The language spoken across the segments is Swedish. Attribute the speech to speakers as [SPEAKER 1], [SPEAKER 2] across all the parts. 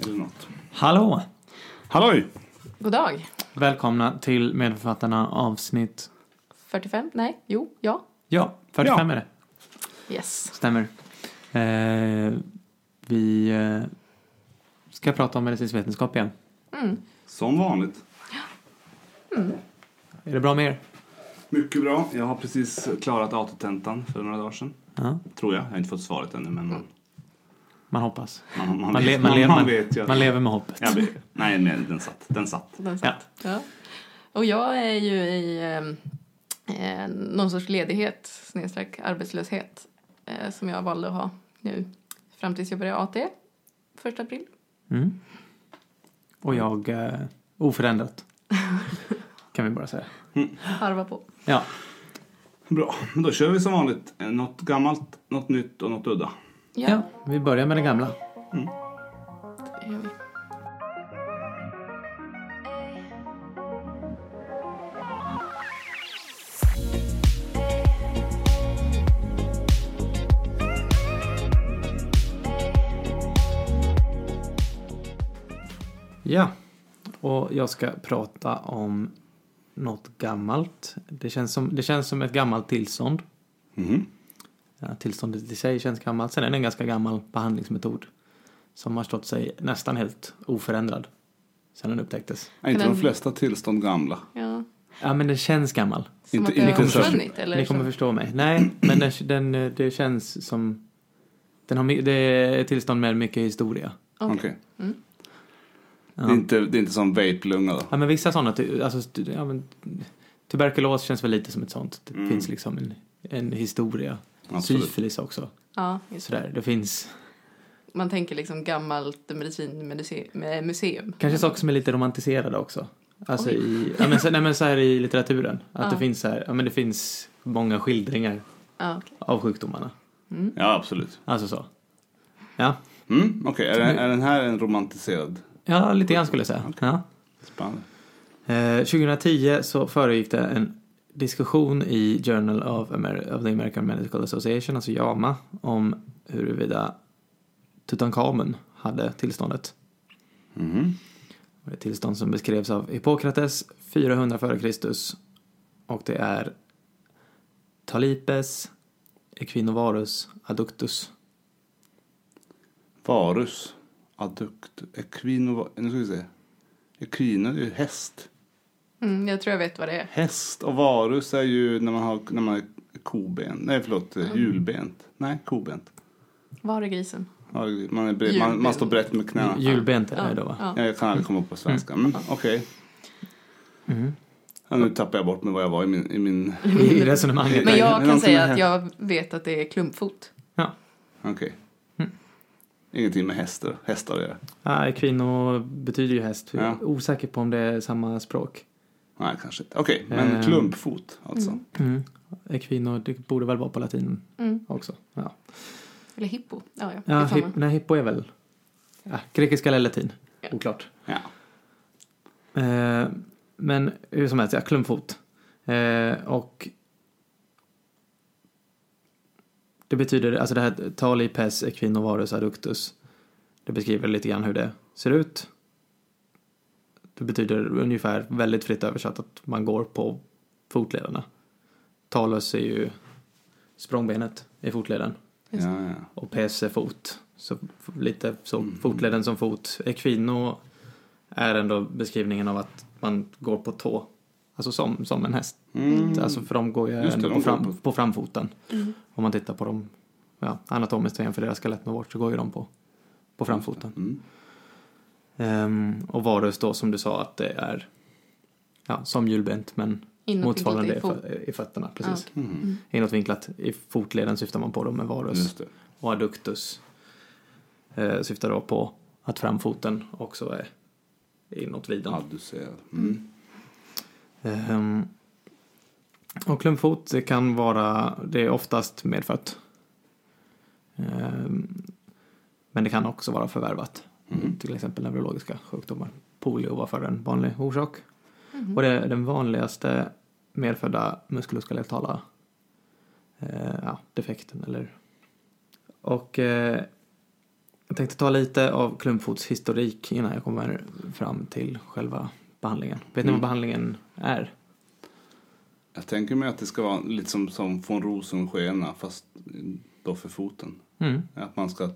[SPEAKER 1] Eller något.
[SPEAKER 2] Hallå!
[SPEAKER 1] Halloj!
[SPEAKER 3] God dag.
[SPEAKER 2] Välkomna till Medförfattarna avsnitt...
[SPEAKER 3] 45? Nej, jo, ja.
[SPEAKER 2] Ja, 45
[SPEAKER 1] Ja.
[SPEAKER 2] är det.
[SPEAKER 3] Yes.
[SPEAKER 2] Stämmer. Eh, vi eh, ska prata om medicinsk vetenskap igen.
[SPEAKER 1] Som vanligt.
[SPEAKER 2] Är det bra med er?
[SPEAKER 1] Mycket bra. Jag har precis klarat autotentan för några dagar sedan.
[SPEAKER 2] Ja,
[SPEAKER 1] Tror jag. Jag har inte fått svaret ännu men man,
[SPEAKER 2] man hoppas.
[SPEAKER 1] man, man,
[SPEAKER 2] Man, le-
[SPEAKER 1] vet,
[SPEAKER 2] man,
[SPEAKER 1] man,
[SPEAKER 2] le- man,
[SPEAKER 1] vet ju att...
[SPEAKER 2] man lever med hoppet.
[SPEAKER 1] jag vet. Nej, nej, den satt. Den satt.
[SPEAKER 3] Den satt. Ja. Och jag är ju i ehm, eh, någon sorts ledighet, snedstreck arbetslöshet, eh, som jag valde att ha nu fram tills jag börjar AT, första april.
[SPEAKER 2] Mm. Och jag eh, oförändrat. kan vi bara säga.
[SPEAKER 3] Harva på.
[SPEAKER 2] Ja,
[SPEAKER 1] Bra. Men då kör vi som vanligt. Eh, Något gammalt, något nytt och något udda.
[SPEAKER 3] Ja,
[SPEAKER 2] ja, vi börjar med det gamla.
[SPEAKER 3] det gör vi.
[SPEAKER 2] Ja, och jag ska prata om något gammalt. Det känns som, det känns som ett gammalt tillstånd.
[SPEAKER 1] Mhm.
[SPEAKER 2] Ja, tillståndet i sig känns gammalt. Sen är det en ganska gammal behandlingsmetod som har stått sig nästan helt oförändrad sen den upptäcktes.
[SPEAKER 1] Är inte de
[SPEAKER 3] den-
[SPEAKER 1] flesta tillstånd gamla?
[SPEAKER 3] Ja.
[SPEAKER 2] Ja, men den känns gammal.
[SPEAKER 3] Som
[SPEAKER 1] Inte-
[SPEAKER 3] att det
[SPEAKER 1] inte
[SPEAKER 3] har
[SPEAKER 1] så-
[SPEAKER 3] försvunnit eller?
[SPEAKER 2] Ni kommer
[SPEAKER 3] så.
[SPEAKER 2] förstå mig. Nej, men den, den, eh, det känns som... Den har, my- det är ett tillstånd med mycket historia.
[SPEAKER 3] Okej.
[SPEAKER 1] Okej. Det, är
[SPEAKER 2] Ja.
[SPEAKER 1] inte, det är inte som vape-lunga då?
[SPEAKER 2] Ja, men vissa sådana, ty- alltså, stu- ja, men, tuberkulos känns väl lite som ett sånt. Det
[SPEAKER 1] Mm.
[SPEAKER 2] finns liksom en, en historia.
[SPEAKER 1] Absolut.
[SPEAKER 2] Syfilis också.
[SPEAKER 3] Ja, just det.
[SPEAKER 2] Sådär, det finns
[SPEAKER 3] Man tänker liksom gammalt eh, medicinmuseum.
[SPEAKER 2] kanske saker som är lite romantiserade också. Alltså
[SPEAKER 3] Oj.
[SPEAKER 2] i, ja, men, så, nej, men så här i litteraturen. Att
[SPEAKER 3] Ja.
[SPEAKER 2] det finns så här, ja men det finns många skildringar
[SPEAKER 3] Ja, okej.
[SPEAKER 2] av sjukdomarna.
[SPEAKER 1] Ja, absolut.
[SPEAKER 2] Alltså så. Ja,
[SPEAKER 1] Mm, Okej, är, den- är den här en romantiserad?
[SPEAKER 2] ja lite grann skulle jag säga. Ja.
[SPEAKER 1] Spännande.
[SPEAKER 2] Eh, 2010 så föregick det en diskussion i Journal of, Amer- of the American Medical Association, alltså JAMA, om huruvida Tutankhamun hade tillståndet.
[SPEAKER 1] Mhm.
[SPEAKER 2] Och Det är ett tillstånd som beskrevs av Hippokrates 400 f.Kr. och det är Talipes Equinovarus Adductus.
[SPEAKER 1] Varus. Addukt. Equino. Nu ska vi se. Equino är ju häst.
[SPEAKER 3] Mm, jag tror jag vet vad det är.
[SPEAKER 1] Häst och varus är ju när man har när man är koben. Nej, förlåt.
[SPEAKER 2] Mm.
[SPEAKER 1] eh, Hjulbent. Nej, kobent.
[SPEAKER 3] Var är grisen?
[SPEAKER 1] Ja, det- Man, är bre- man, man
[SPEAKER 3] Hjulbent.
[SPEAKER 1] står brett med knäna.
[SPEAKER 2] Julbent är det då va?
[SPEAKER 3] Ja.
[SPEAKER 1] Ja, jag kan aldrig komma upp på svenska.
[SPEAKER 2] Mm.
[SPEAKER 1] Men okej. Ja, nu tappar jag bort med vad jag var i min... I min...
[SPEAKER 2] I resonemanget.
[SPEAKER 3] Men
[SPEAKER 1] Nej,
[SPEAKER 3] jag
[SPEAKER 1] men
[SPEAKER 3] kan
[SPEAKER 1] någonting
[SPEAKER 3] säga
[SPEAKER 1] med
[SPEAKER 3] att jag vet att det är klumpfot.
[SPEAKER 2] Ja.
[SPEAKER 1] Okej.
[SPEAKER 2] Mm.
[SPEAKER 1] Ingenting med hästar, hästar att göra.
[SPEAKER 2] Ah, Equino betyder ju häst. Jag
[SPEAKER 1] Ja.
[SPEAKER 2] är osäker på om det är samma språk.
[SPEAKER 1] Nej, kanske inte. Okej, men
[SPEAKER 2] Ehm.
[SPEAKER 1] klumpfot alltså.
[SPEAKER 2] Mm, Equino, det borde väl vara på latin
[SPEAKER 3] Mm.
[SPEAKER 2] också. Ja,
[SPEAKER 3] Eller hippo. Ja, ja.
[SPEAKER 2] ja
[SPEAKER 3] Det är samma.
[SPEAKER 2] hip, nej, hippo är väl ja, grekiska eller latin.
[SPEAKER 3] Ja.
[SPEAKER 2] Oklart.
[SPEAKER 1] Ja.
[SPEAKER 2] Eh, men hur som helst, ja, klumpfot. Eh, och det betyder, alltså det här tali pes equinovarus adductus. Det beskriver lite grann hur det ser ut. Det betyder ungefär väldigt fritt översatt att man går på fotlederna. Talus är ju språngbenet i fotleden
[SPEAKER 3] Just
[SPEAKER 1] ja, ja.
[SPEAKER 2] och PC fot. Så f- lite så
[SPEAKER 1] Mm.
[SPEAKER 2] fotleden som fot. Equino är ändå beskrivningen av att man går på tå. Alltså som, som en häst.
[SPEAKER 1] Mm.
[SPEAKER 2] Alltså för de går ju
[SPEAKER 1] Just det,
[SPEAKER 2] ändå
[SPEAKER 1] de
[SPEAKER 2] på,
[SPEAKER 1] går
[SPEAKER 2] fram,
[SPEAKER 1] på-
[SPEAKER 2] på. framfoten.
[SPEAKER 3] Mm.
[SPEAKER 2] Om man tittar på dem ja, anatomiskt och jämför deras skelett med vårt så går ju de på, på framfoten.
[SPEAKER 1] Mm.
[SPEAKER 2] Ehm, och varus då som du sa att det är ja, som hjulbent men
[SPEAKER 3] Inåtvinklat
[SPEAKER 2] motsvarande
[SPEAKER 3] i
[SPEAKER 2] i,
[SPEAKER 3] fot. Ah,
[SPEAKER 2] fö- i fötterna. Precis.
[SPEAKER 3] okej.
[SPEAKER 1] Mm.
[SPEAKER 2] Inåtvinklat i fotleden syftar man på dem med varus.
[SPEAKER 1] Just det.
[SPEAKER 2] och adductus eh, syftar då på att framfoten också är inåt vidan.
[SPEAKER 1] Adducerad. Mm.
[SPEAKER 2] Ehm, och klumpfot det kan vara, det är oftast medfött. Ehm, men det kan också vara förvärvat.
[SPEAKER 1] Mm.
[SPEAKER 2] Till exempel neurologiska sjukdomar. Polio var för en vanlig orsak.
[SPEAKER 3] Mm.
[SPEAKER 2] Och det är den vanligaste medfödda muskuloskeletala eh, ja, defekten. Eller. Och eh, Jag tänkte ta lite av klumpfotshistorik innan jag kommer fram till själva behandlingen. Vet ni
[SPEAKER 1] Mm.
[SPEAKER 2] vad behandlingen är?
[SPEAKER 1] Jag tänker mig att det ska vara lite som, som von Rosenschena fast då för foten.
[SPEAKER 2] Mm.
[SPEAKER 1] Att man ska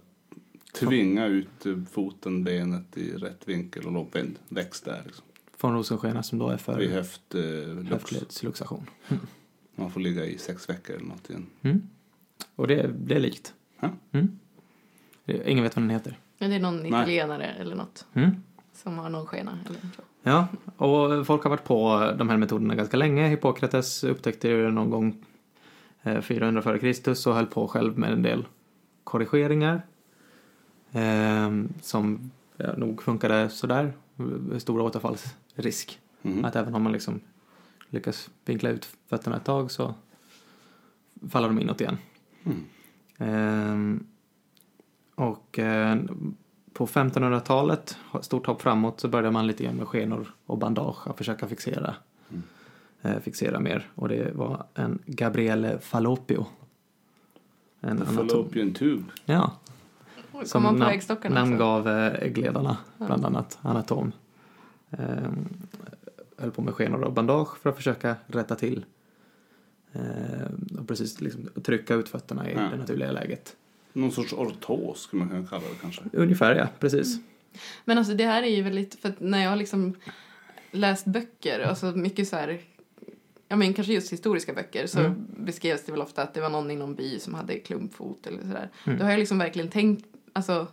[SPEAKER 1] tvinga ut eh, foten, benet i rätt vinkel och låta ben växt där. Liksom.
[SPEAKER 2] Från Rosenskena som då är
[SPEAKER 1] Vid
[SPEAKER 2] för
[SPEAKER 1] höft, eh, lux.
[SPEAKER 2] höftledsluxation.
[SPEAKER 1] Man får ligga i sex veckor eller något igen.
[SPEAKER 2] Mm. Och det, det är likt.
[SPEAKER 1] Ja.
[SPEAKER 2] Mm. Det- Ingen vet vad den heter.
[SPEAKER 3] Men det är någon
[SPEAKER 1] Nej.
[SPEAKER 3] italienare eller något
[SPEAKER 2] Mm.
[SPEAKER 3] som har någon skena. Eller så.
[SPEAKER 2] Ja, och folk har varit på de här metoderna ganska länge. Hippokrates upptäckte ju någon gång eh, 400 före Kristus och höll på själv med en del korrigeringar. ehm, Som ja, nog funkade sådär. Stora återfallsrisk.
[SPEAKER 1] Mhm.
[SPEAKER 2] Att även om man liksom lyckas vinkla ut fötterna ett tag så faller de inåt igen.
[SPEAKER 1] Mm.
[SPEAKER 2] Ehm, och eh, på 1500-talet, stort hopp framåt, så började man lite grann med skenor och bandage att försöka fixera,
[SPEAKER 1] Mm.
[SPEAKER 2] eh, fixera mer. Och det var en Gabriele Fallopio. En anatom-
[SPEAKER 1] Fallopian tube.
[SPEAKER 2] ja,
[SPEAKER 3] Oj, Kom
[SPEAKER 2] Som
[SPEAKER 3] man på
[SPEAKER 2] nam-
[SPEAKER 3] vägstockarna också?
[SPEAKER 2] namngav eh, gledarna,
[SPEAKER 3] Ja.
[SPEAKER 2] bland annat anatom. Eh, höll på med skenor och bandage för att försöka rätta till eh, och precis liksom, trycka ut fötterna i
[SPEAKER 1] Ja.
[SPEAKER 2] det naturliga läget.
[SPEAKER 1] Någon sorts ortos skulle man kunna kalla det kanske.
[SPEAKER 2] Ungefär ja, precis.
[SPEAKER 3] Men alltså det här är ju väldigt, för att när jag har liksom läst böcker, alltså mycket så här, ja men kanske just historiska böcker, så
[SPEAKER 2] Mm.
[SPEAKER 3] beskrevs det väl ofta att det var någon i någon by som hade klumpfot eller sådär.
[SPEAKER 2] Mm.
[SPEAKER 3] Då har jag liksom verkligen tänkt, alltså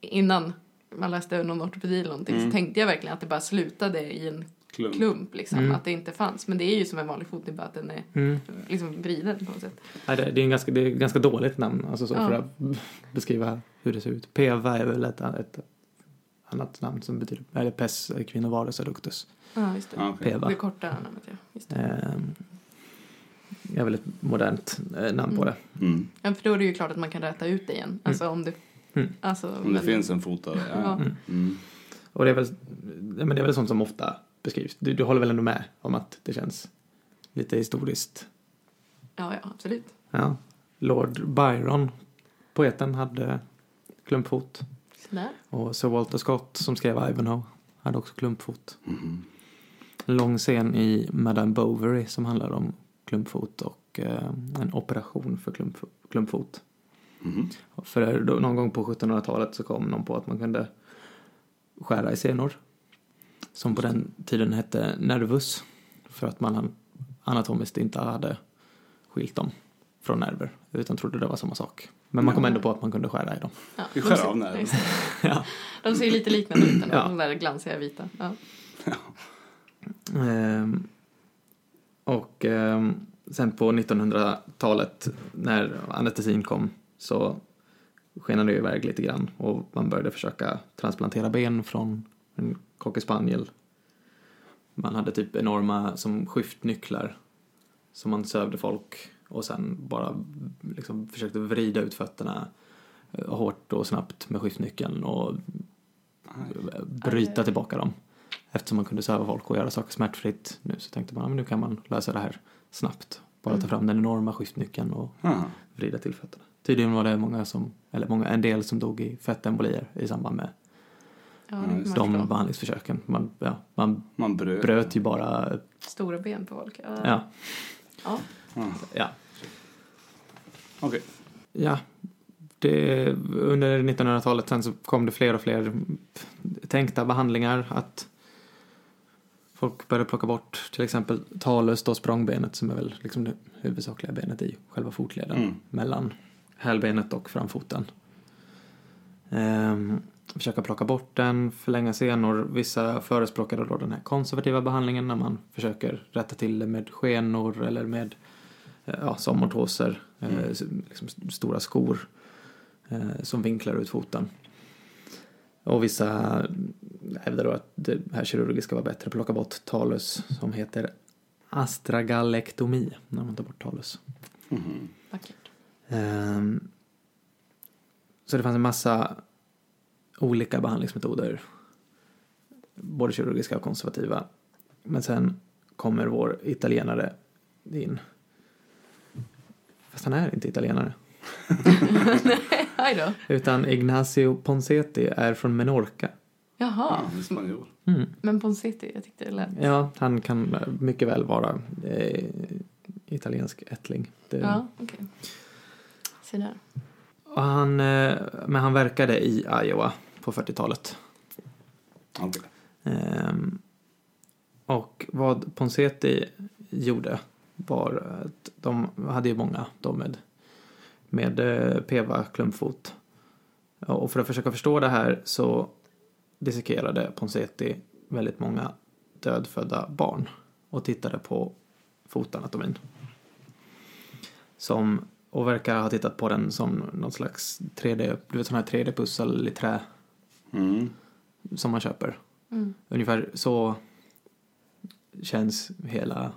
[SPEAKER 3] innan man läste någon ortopedi eller någonting
[SPEAKER 1] Mm.
[SPEAKER 3] så tänkte jag verkligen att det bara slutade i en
[SPEAKER 1] Klump.
[SPEAKER 3] klump liksom,
[SPEAKER 2] Mm.
[SPEAKER 3] att det inte fanns. Men det är ju som en vanlig fot, det är bara att den är
[SPEAKER 2] Mm.
[SPEAKER 3] liksom vriden på något sätt.
[SPEAKER 2] Nej, det, det, är en ganska, det är ett ganska dåligt namn alltså så
[SPEAKER 3] Ja.
[SPEAKER 2] för att beskriva hur det ser ut. Peva är väl ett, ett annat namn som betyder, eller pes, kvinnovarus adductus.
[SPEAKER 3] Ja, just det.
[SPEAKER 1] Ja, okej.
[SPEAKER 2] Peva.
[SPEAKER 3] Det korta namnet, ja. Just det.
[SPEAKER 2] Ehm, är väl ett modernt eh, namn på
[SPEAKER 3] Mm.
[SPEAKER 2] det.
[SPEAKER 1] Mm.
[SPEAKER 3] Ja, för då är det ju klart att man kan räta ut det igen. Alltså om det...
[SPEAKER 2] Mm.
[SPEAKER 3] Alltså,
[SPEAKER 1] Om det
[SPEAKER 3] men-
[SPEAKER 1] finns en fot där. Ja.
[SPEAKER 2] Mm.
[SPEAKER 1] Mm.
[SPEAKER 2] Och det är, väl, ja, men det är väl sånt som ofta beskrivs. Du, du håller väl ändå med om att det känns lite historiskt?
[SPEAKER 3] Ja, ja, absolut.
[SPEAKER 2] Ja. Lord Byron, poeten, hade klumpfot.
[SPEAKER 3] Sådär.
[SPEAKER 2] Och Sir Walter Scott som skrev Ivanhoe hade också klumpfot.
[SPEAKER 1] Mhm.
[SPEAKER 2] En lång scen i Madame Bovary som handlar om klumpfot och eh, en operation för klump, klumpfot.
[SPEAKER 1] Mhm.
[SPEAKER 2] För då, någon gång på 1700-talet så kom någon på att man kunde skära i senor. Som på den tiden hette nervus. För att man anatomiskt inte hade skilt dem från nerver. Utan trodde det var samma sak. Men man kom
[SPEAKER 3] Ja.
[SPEAKER 2] ändå på att man kunde skära i dem.
[SPEAKER 3] Ja,
[SPEAKER 1] Vi
[SPEAKER 3] de
[SPEAKER 1] skär
[SPEAKER 3] ser-
[SPEAKER 1] av nerven.
[SPEAKER 3] just det.
[SPEAKER 2] Ja.
[SPEAKER 3] De ser ju lite liknande ut ändå,
[SPEAKER 2] Ja.
[SPEAKER 3] de där glansiga vita. Ja.
[SPEAKER 2] Ehm, och ehm, sen på 1900-talet när anestesin kom så skenade det iväg lite grann och man började försöka transplantera ben från en cockerspaniel. Man hade typ enorma som skiftnycklar som man sövde folk och sen bara liksom försökte vrida ut fötterna eh, hårt och snabbt med skiftnyckeln och
[SPEAKER 1] Aj.
[SPEAKER 2] bryta
[SPEAKER 3] Aj.
[SPEAKER 2] tillbaka dem. Eftersom man kunde söva folk och göra saker smärtfritt nu så tänkte man att nu kan man lösa det här snabbt. Bara ta
[SPEAKER 3] Mm.
[SPEAKER 2] fram den enorma skiftnyckeln och
[SPEAKER 1] Aha.
[SPEAKER 2] vrida till fötterna. Tydligen var det många som, eller många, en del som dog i fettembolier i samband med
[SPEAKER 3] Ja,
[SPEAKER 1] Ja,
[SPEAKER 3] det
[SPEAKER 1] just
[SPEAKER 3] kan man
[SPEAKER 2] de
[SPEAKER 3] förstå.
[SPEAKER 2] behandlingsförsöken. Man, ja, man
[SPEAKER 1] Man bröt.
[SPEAKER 2] bröt typ. ju bara,
[SPEAKER 3] Stora ben på folk. Ja.
[SPEAKER 2] ja,
[SPEAKER 3] Ja.
[SPEAKER 1] Ja.
[SPEAKER 2] ja.
[SPEAKER 1] Okej.
[SPEAKER 2] Ja, det, under 1900-talet sen så kom det fler och fler tänkta behandlingar att folk började plocka bort till exempel talus då språngbenet som är väl liksom det huvudsakliga benet i själva fotleden
[SPEAKER 1] Mm.
[SPEAKER 2] mellan hälbenet och framfoten. Ehm, försöka plocka bort den, förlänga senor. Vissa förespråkade då den här konservativa behandlingen när man försöker rätta till det med skenor eller med eh, ja, som ortoser, eh,
[SPEAKER 1] Mm.
[SPEAKER 2] s- liksom s- stora skor eh, som vinklar ut foten. Och vissa hävdar då att det här kirurgiska var bättre, plocka bort talus som heter astragalektomi när man tar bort talus.
[SPEAKER 1] Mhm.
[SPEAKER 3] Vackert.
[SPEAKER 2] Ehm, så det fanns en massa olika behandlingsmetoder. Både kirurgiska och konservativa. Men sen kommer vår italienare in. Fast han är inte italienare.
[SPEAKER 3] Aj då.
[SPEAKER 2] Utan Ignacio Ponseti är från Menorca.
[SPEAKER 3] Jaha.
[SPEAKER 1] Ja, en spanjor.
[SPEAKER 2] Mm.
[SPEAKER 3] Men Ponseti, jag tyckte det lät...
[SPEAKER 2] Ja, han kan mycket väl vara eh, italiensk ättling. Det,
[SPEAKER 3] Ja, okej. Se där.
[SPEAKER 2] och han, eh, men han verkade i Iowa på 40-talet.
[SPEAKER 1] Okej.
[SPEAKER 2] Ehm, och vad Ponseti gjorde var att de hade ju många de med, med eh, PEVA klumpfot. Och för att försöka förstå det här så dissekerade Ponseti väldigt många dödfödda barn och tittade på fotanatomin. Som, och verkar ha tittat på den som någon slags 3D, du vet sån här 3D-pussel i trä
[SPEAKER 1] Mm.
[SPEAKER 2] som man köper.
[SPEAKER 3] Mm.
[SPEAKER 2] Ungefär så känns hela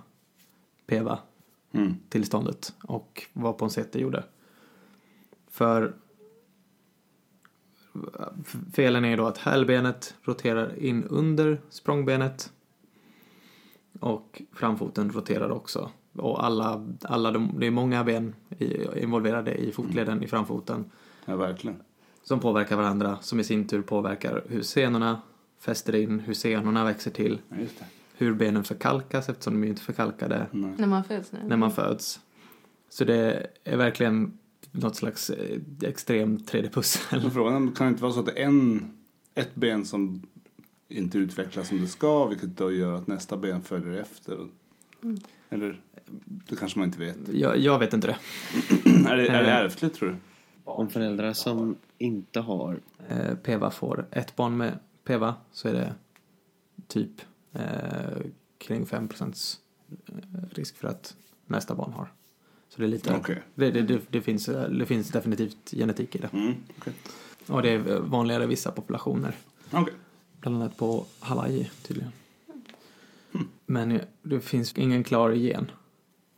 [SPEAKER 2] PEVA-tillståndet
[SPEAKER 1] Mm.
[SPEAKER 2] och vad Ponseti gjorde. För f- felen är då att hälbenet roterar in under språngbenet och framfoten roterar också. Och alla, alla de, det är många ben i, involverade i fotleden i framfoten
[SPEAKER 1] Ja, verkligen.
[SPEAKER 2] som påverkar varandra som i sin tur påverkar hur senorna fäster in, hur senorna växer till
[SPEAKER 1] Ja, just det.
[SPEAKER 2] hur benen förkalkas eftersom de är ju inte förkalkade
[SPEAKER 1] Nej.
[SPEAKER 3] När man föds nu?
[SPEAKER 2] när man föds. Så det är verkligen något slags eh, extremt 3D-pussel.
[SPEAKER 1] Men frågan är, kan det inte vara så att det är en, ett ben som inte utvecklas som det ska vilket då gör att nästa ben följer efter?
[SPEAKER 3] Mm.
[SPEAKER 1] Eller, det kanske man inte vet.
[SPEAKER 2] Jag, jag vet inte det.
[SPEAKER 1] är, det, är det ärftligt tror du?
[SPEAKER 4] Om föräldrar som inte har...
[SPEAKER 2] Eh, PEVA får ett barn med PEVA så är det typ eh, kring 5 risk för att nästa barn har. Så det är lite...
[SPEAKER 1] Okej.
[SPEAKER 2] Det, det, det, det, finns, eh, det finns definitivt genetik i det.
[SPEAKER 1] Mm. Okej.
[SPEAKER 2] Och det är vanligare i vissa populationer.
[SPEAKER 1] Okej.
[SPEAKER 2] Bland annat på Hawaii tydligen. Men det finns ingen klar gen.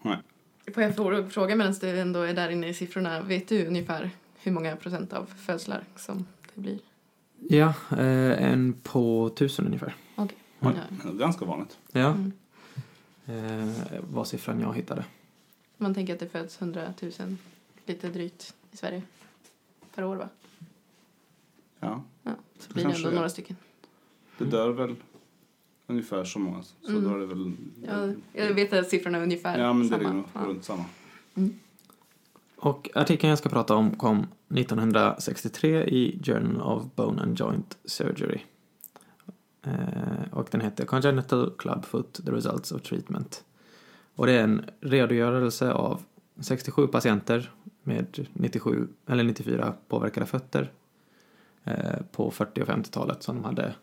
[SPEAKER 1] Nej.
[SPEAKER 3] Får jag fråga- fråga medan du ändå är där inne i siffrorna, vet du ungefär hur många procent av födslar som det blir?
[SPEAKER 2] Ja, eh, en på tusen ungefär.
[SPEAKER 3] Okej.
[SPEAKER 1] Oj.
[SPEAKER 3] Ja.
[SPEAKER 1] Men det är Ganska vanligt.
[SPEAKER 2] Ja.
[SPEAKER 3] Mm.
[SPEAKER 2] Eh, var siffran jag hittade.
[SPEAKER 3] Man tänker att det föds 100 000, lite drygt, i Sverige per år va?
[SPEAKER 1] Ja.
[SPEAKER 3] Ja, så blir det
[SPEAKER 1] Kanske
[SPEAKER 3] ändå
[SPEAKER 1] det.
[SPEAKER 3] några stycken.
[SPEAKER 1] Det dör väl ungefär så många. Så
[SPEAKER 3] Mm.
[SPEAKER 1] då är det väl...
[SPEAKER 3] Ja, jag vet att siffrorna är ungefär
[SPEAKER 1] Ja, men det
[SPEAKER 3] samma.
[SPEAKER 1] är nog
[SPEAKER 3] Ja.
[SPEAKER 1] runt samma.
[SPEAKER 2] Och artikeln jag ska prata om kom 1963 i Journal of Bone and Joint Surgery. Eh, och den heter Congenital Clubfoot, The Results of Treatment. Och det är en redogörelse av 67 patienter med 97 eller 94 påverkade fötter eh, på 40 och 50-talet som de hade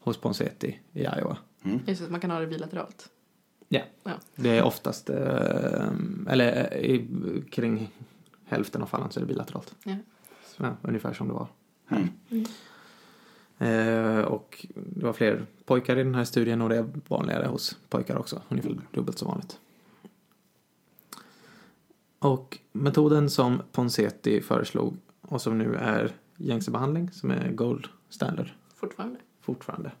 [SPEAKER 2] hos Ponseti i Iowa.
[SPEAKER 1] Mm.
[SPEAKER 3] Just det, man kan ha det bilateralt.
[SPEAKER 2] Det är oftast, eh, eller eh, i, kring hälften av fallen så är det bilateralt.
[SPEAKER 3] Ja.
[SPEAKER 2] Så, ja, ungefär som det var.
[SPEAKER 1] Mm.
[SPEAKER 2] Eh, och det var fler pojkar i den här studien och det är vanligare hos pojkar också. Ungefär dubbelt så vanligt. Och metoden som Ponseti föreslog och som nu är gängse behandling som är gold standard
[SPEAKER 3] Fortfarande.
[SPEAKER 2] fortfarande.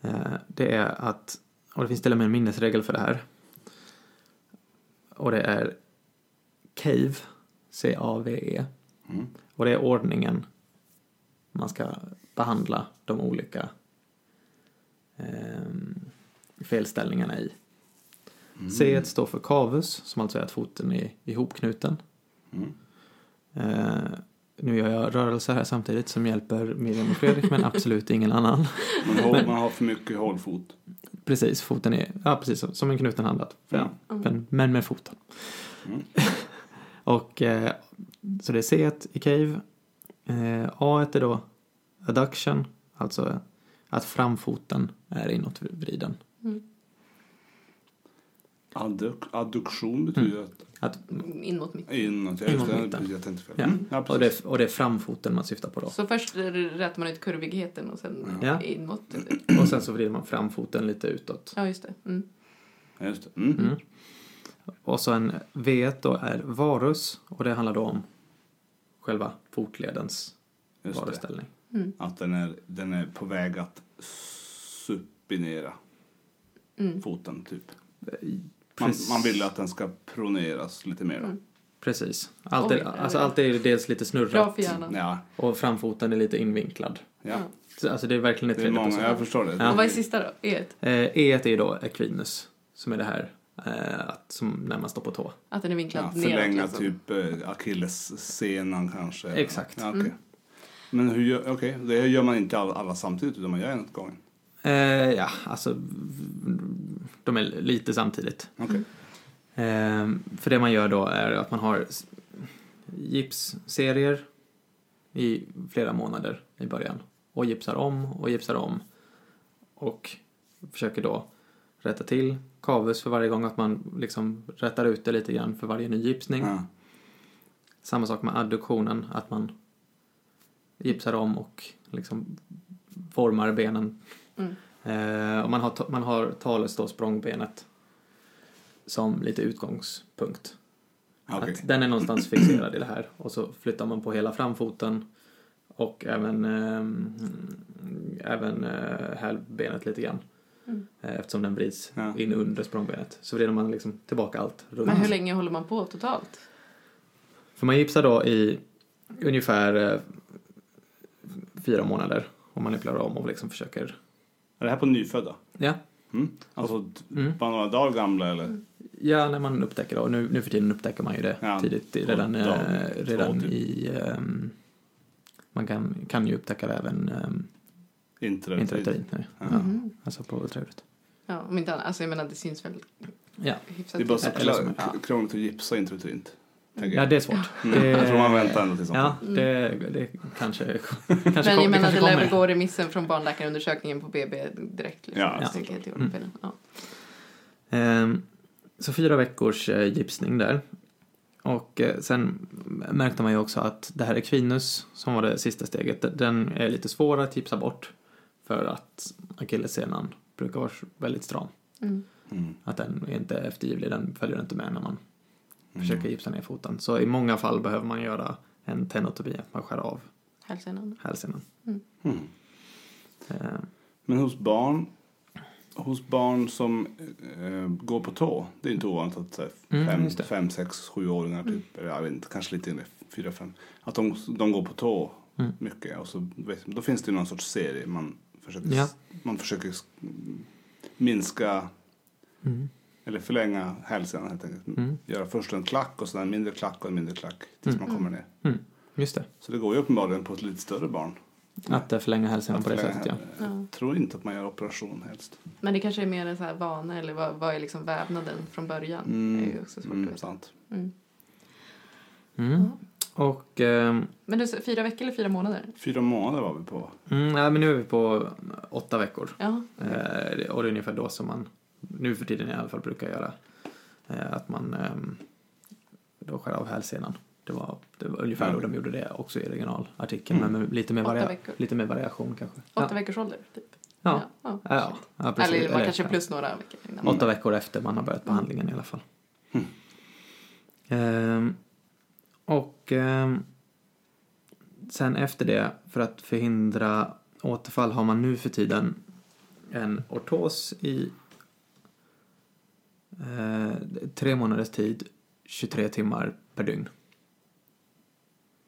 [SPEAKER 2] Eh, Det är att, och det finns till och med en minnesregel för det här. Och det är CAVE, C-A-V-E.
[SPEAKER 1] Mm.
[SPEAKER 2] E. Och det är ordningen man ska behandla de olika ehm, felställningarna i.
[SPEAKER 1] Mm.
[SPEAKER 2] C står för cavus, som alltså är att foten är ihopknuten.
[SPEAKER 1] Mm.
[SPEAKER 2] Eh, nu gör jag rörelser här samtidigt som hjälper Miriam och Fredrik, men absolut ingen annan.
[SPEAKER 1] Man, har, man har för mycket hållfot.
[SPEAKER 2] Precis, foten är, ja precis, som- som en knuten hand. att-
[SPEAKER 1] Mm.
[SPEAKER 3] Mm.
[SPEAKER 2] Men, men med foten.
[SPEAKER 1] Mm.
[SPEAKER 2] och eh, så det är C i cave. Eh, A är då adduction, alltså att framfoten är inåtvriden.
[SPEAKER 1] Adduk, adduktion betyder att
[SPEAKER 2] Att,
[SPEAKER 3] Inåt mitten.
[SPEAKER 1] inåt. Ja, just
[SPEAKER 2] Inåt
[SPEAKER 1] det,
[SPEAKER 2] mitten.
[SPEAKER 1] jag tänkte fel.
[SPEAKER 2] Ja.
[SPEAKER 1] Mm. Ja,
[SPEAKER 2] och,
[SPEAKER 1] precis.
[SPEAKER 2] det, och det är framfoten man syftar på då.
[SPEAKER 3] Så först rätar man ut kurvigheten och sen
[SPEAKER 2] Ja.
[SPEAKER 3] inåt. typ.
[SPEAKER 2] Och sen så vrider man framfoten lite utåt.
[SPEAKER 3] Ja, just det. Mm.
[SPEAKER 1] Ja, just det. Mm.
[SPEAKER 2] Mm. Och så en V då är varus och det handlar då om själva fotledens
[SPEAKER 1] Just det.
[SPEAKER 2] varuställning.
[SPEAKER 3] Mm.
[SPEAKER 1] Att den är, den är på väg att supinera
[SPEAKER 3] Mm.
[SPEAKER 1] foten, typ. Man,
[SPEAKER 2] Precis.
[SPEAKER 1] man vill att den ska proneras lite mer.
[SPEAKER 3] Mm.
[SPEAKER 2] Precis. Allt är,
[SPEAKER 3] Oj,
[SPEAKER 2] alltså,
[SPEAKER 3] oj.
[SPEAKER 2] allt är dels lite
[SPEAKER 3] Bra
[SPEAKER 2] snurrat
[SPEAKER 3] för hjärnan.
[SPEAKER 1] Ja,
[SPEAKER 2] och framfoten är lite invinklad.
[SPEAKER 1] ja.
[SPEAKER 2] Så, Alltså det är verkligen ett
[SPEAKER 1] Det är
[SPEAKER 2] tredje
[SPEAKER 1] många,
[SPEAKER 2] person.
[SPEAKER 1] jag förstår det.
[SPEAKER 3] Mm. Och vad är sista då? E1?
[SPEAKER 2] Eh, E1 är ju då Equinus, som är det här eh, att, som när man står på tå.
[SPEAKER 3] Att den är vinklad
[SPEAKER 1] Ja,
[SPEAKER 3] neråt
[SPEAKER 1] förlänga
[SPEAKER 3] liksom.
[SPEAKER 1] typ eh, akillessenan kanske.
[SPEAKER 2] Exakt.
[SPEAKER 1] Ja, okej. Men hur gör, okej, det gör man inte alla, alla samtidigt utan man gör en åt gången.
[SPEAKER 2] Eh, ja, alltså v- de är lite samtidigt.
[SPEAKER 1] Okej.
[SPEAKER 2] Eh, för det man gör då är att man har s- gipsserier i flera månader i början och gipsar om och gipsar om och försöker då rätta till kavus för varje gång att man liksom rättar ut det lite grann för varje ny gipsning.
[SPEAKER 1] Ja.
[SPEAKER 2] Samma sak med adduktionen, att man gipsar om och liksom formar benen.
[SPEAKER 3] Mm.
[SPEAKER 2] Eh, och man har, ta- man har talus då, språngbenet, som lite utgångspunkt.
[SPEAKER 1] Okej.
[SPEAKER 2] Att den är någonstans fixerad i det här och så flyttar man på hela framfoten och även, ehm, även eh, hälbenet lite grann.
[SPEAKER 3] Mm.
[SPEAKER 2] Eh, Eftersom den vrids
[SPEAKER 1] Ja.
[SPEAKER 2] in under språngbenet. Så vrider man liksom tillbaka allt runt.
[SPEAKER 3] Men hur länge håller man på totalt?
[SPEAKER 2] För man gipsar då i ungefär eh, fyra månader om man är klar om och liksom försöker.
[SPEAKER 1] Är det här på nyfödda?
[SPEAKER 2] Ja,
[SPEAKER 1] Mm. Alltså
[SPEAKER 2] Mm.
[SPEAKER 1] bara några dagar gamla eller?
[SPEAKER 2] ja när man upptäcker då. Nu, nu för tiden upptäcker man ju det
[SPEAKER 1] Ja,
[SPEAKER 2] tidigt.
[SPEAKER 1] på
[SPEAKER 2] Redan, eh,
[SPEAKER 1] dag två,
[SPEAKER 2] redan
[SPEAKER 1] typ.
[SPEAKER 2] i... ehm, man kan, kan ju upptäcka det även um,
[SPEAKER 1] Inte
[SPEAKER 2] intrauterint nu.
[SPEAKER 1] Ja.
[SPEAKER 2] Ja,
[SPEAKER 3] Mhm.
[SPEAKER 2] alltså på ultraljudet.
[SPEAKER 3] Ja, om inte annat. Alltså jag menar det syns väl
[SPEAKER 2] Ja.
[SPEAKER 3] hyfsat
[SPEAKER 1] Det är bara
[SPEAKER 3] tydligt.
[SPEAKER 1] så
[SPEAKER 2] Eller som-
[SPEAKER 1] kla- k- krångligt att gipsa intrauterint. tänker
[SPEAKER 2] ja,
[SPEAKER 1] jag.
[SPEAKER 2] det är svårt.
[SPEAKER 1] Mm.
[SPEAKER 2] det-
[SPEAKER 1] Jag tror man väntar ändå tills
[SPEAKER 2] Ja,
[SPEAKER 3] Mm.
[SPEAKER 2] det, det kanske, kanske, kom,
[SPEAKER 3] Men jag
[SPEAKER 2] det
[SPEAKER 3] menar
[SPEAKER 2] kanske
[SPEAKER 3] det lär väl
[SPEAKER 2] kommer.
[SPEAKER 3] gå remissen från barnläkarundersökningen på BB direkt. Liksom.
[SPEAKER 1] Ja.
[SPEAKER 3] Jag tänker att det gjorde
[SPEAKER 2] Mm.
[SPEAKER 3] väl, ja.
[SPEAKER 2] Ehm, Så fyra veckors eh, gipsning där. Och eh, sen märkte man ju också att det här Equinus, som var det sista steget, d- den är lite svår att gipsa bort. För att akillessenan brukar vara väldigt stram.
[SPEAKER 3] Mm.
[SPEAKER 1] Mm.
[SPEAKER 2] Att den är inte eftergivlig, den följer inte med när man
[SPEAKER 1] Mm.
[SPEAKER 2] försöker gipsa ner foten. Så i många fall behöver man göra en tenotomi, att man skär av
[SPEAKER 3] Hälsenan.
[SPEAKER 2] hälsenan.
[SPEAKER 1] Mm.
[SPEAKER 2] Ehm,
[SPEAKER 1] Men hos barn, hos barn som eh, går på tå, det är inte ovanligt att så här,
[SPEAKER 2] Mm,
[SPEAKER 1] fem,
[SPEAKER 2] just det. Mm.
[SPEAKER 1] fem, sex, sjuåringar typ, eller jag vet inte, kanske lite yngre, fyra, fem, att de, de går på tå
[SPEAKER 2] Mm.
[SPEAKER 1] mycket. Och så, vet- då finns det ju någon sorts serie man försöker,
[SPEAKER 2] Ja.
[SPEAKER 1] man försöker s- minska
[SPEAKER 2] Mm.
[SPEAKER 1] eller förlänga hälsan helt enkelt.
[SPEAKER 2] Mm.
[SPEAKER 1] Göra först en klack och sen en mindre klack och en mindre klack tills man kommer ner.
[SPEAKER 2] Mm. Just det,
[SPEAKER 1] Så det går ju uppenbarligen på ett lite större barn.
[SPEAKER 2] att eh, förlänga hälsenan på det sättet ja.
[SPEAKER 3] Ja.
[SPEAKER 1] Jag tror inte att man gör operation helst.
[SPEAKER 3] Men det kanske är mer en så här vana eller vad, vad är liksom vävnaden från början? Det är ju också svårt att
[SPEAKER 1] mm,
[SPEAKER 3] veta.
[SPEAKER 1] sant.
[SPEAKER 3] Mm.
[SPEAKER 2] Mm. Och ehm,
[SPEAKER 3] Men du, sa fyra veckor eller fyra månader?
[SPEAKER 1] Fyra månader var vi på va?
[SPEAKER 2] Mm, nej, men nu är vi på åtta veckor.
[SPEAKER 3] Ja.
[SPEAKER 1] Mm.
[SPEAKER 2] Eh, det- och det är ungefär då som man nu för tiden i alla fall brukar göra. Eh, att man ehm, då skär av hälsenan. Det var, det var ungefär
[SPEAKER 1] Ja.
[SPEAKER 2] då de gjorde det också i regionalartikeln.
[SPEAKER 1] Mm.
[SPEAKER 2] Men med lite, mer
[SPEAKER 3] Åtta
[SPEAKER 2] varia-
[SPEAKER 3] veckor.
[SPEAKER 2] lite mer variation kanske.
[SPEAKER 3] Åtta
[SPEAKER 2] ja.
[SPEAKER 3] veckors ålder, typ.
[SPEAKER 2] Ja.
[SPEAKER 3] ja.
[SPEAKER 2] Ja, ja. ja precis.
[SPEAKER 3] Eller man
[SPEAKER 2] Eller
[SPEAKER 3] kanske
[SPEAKER 2] efter.
[SPEAKER 3] plus Mm. några veckor innan.
[SPEAKER 2] Åtta veckor efter man har börjat behandlingen i alla fall.
[SPEAKER 1] Mm.
[SPEAKER 2] Ehm, och ehm, sen efter det, för att förhindra återfall har man nu för tiden en ortos i eh, tre månaders tid, 23 timmar per dygn.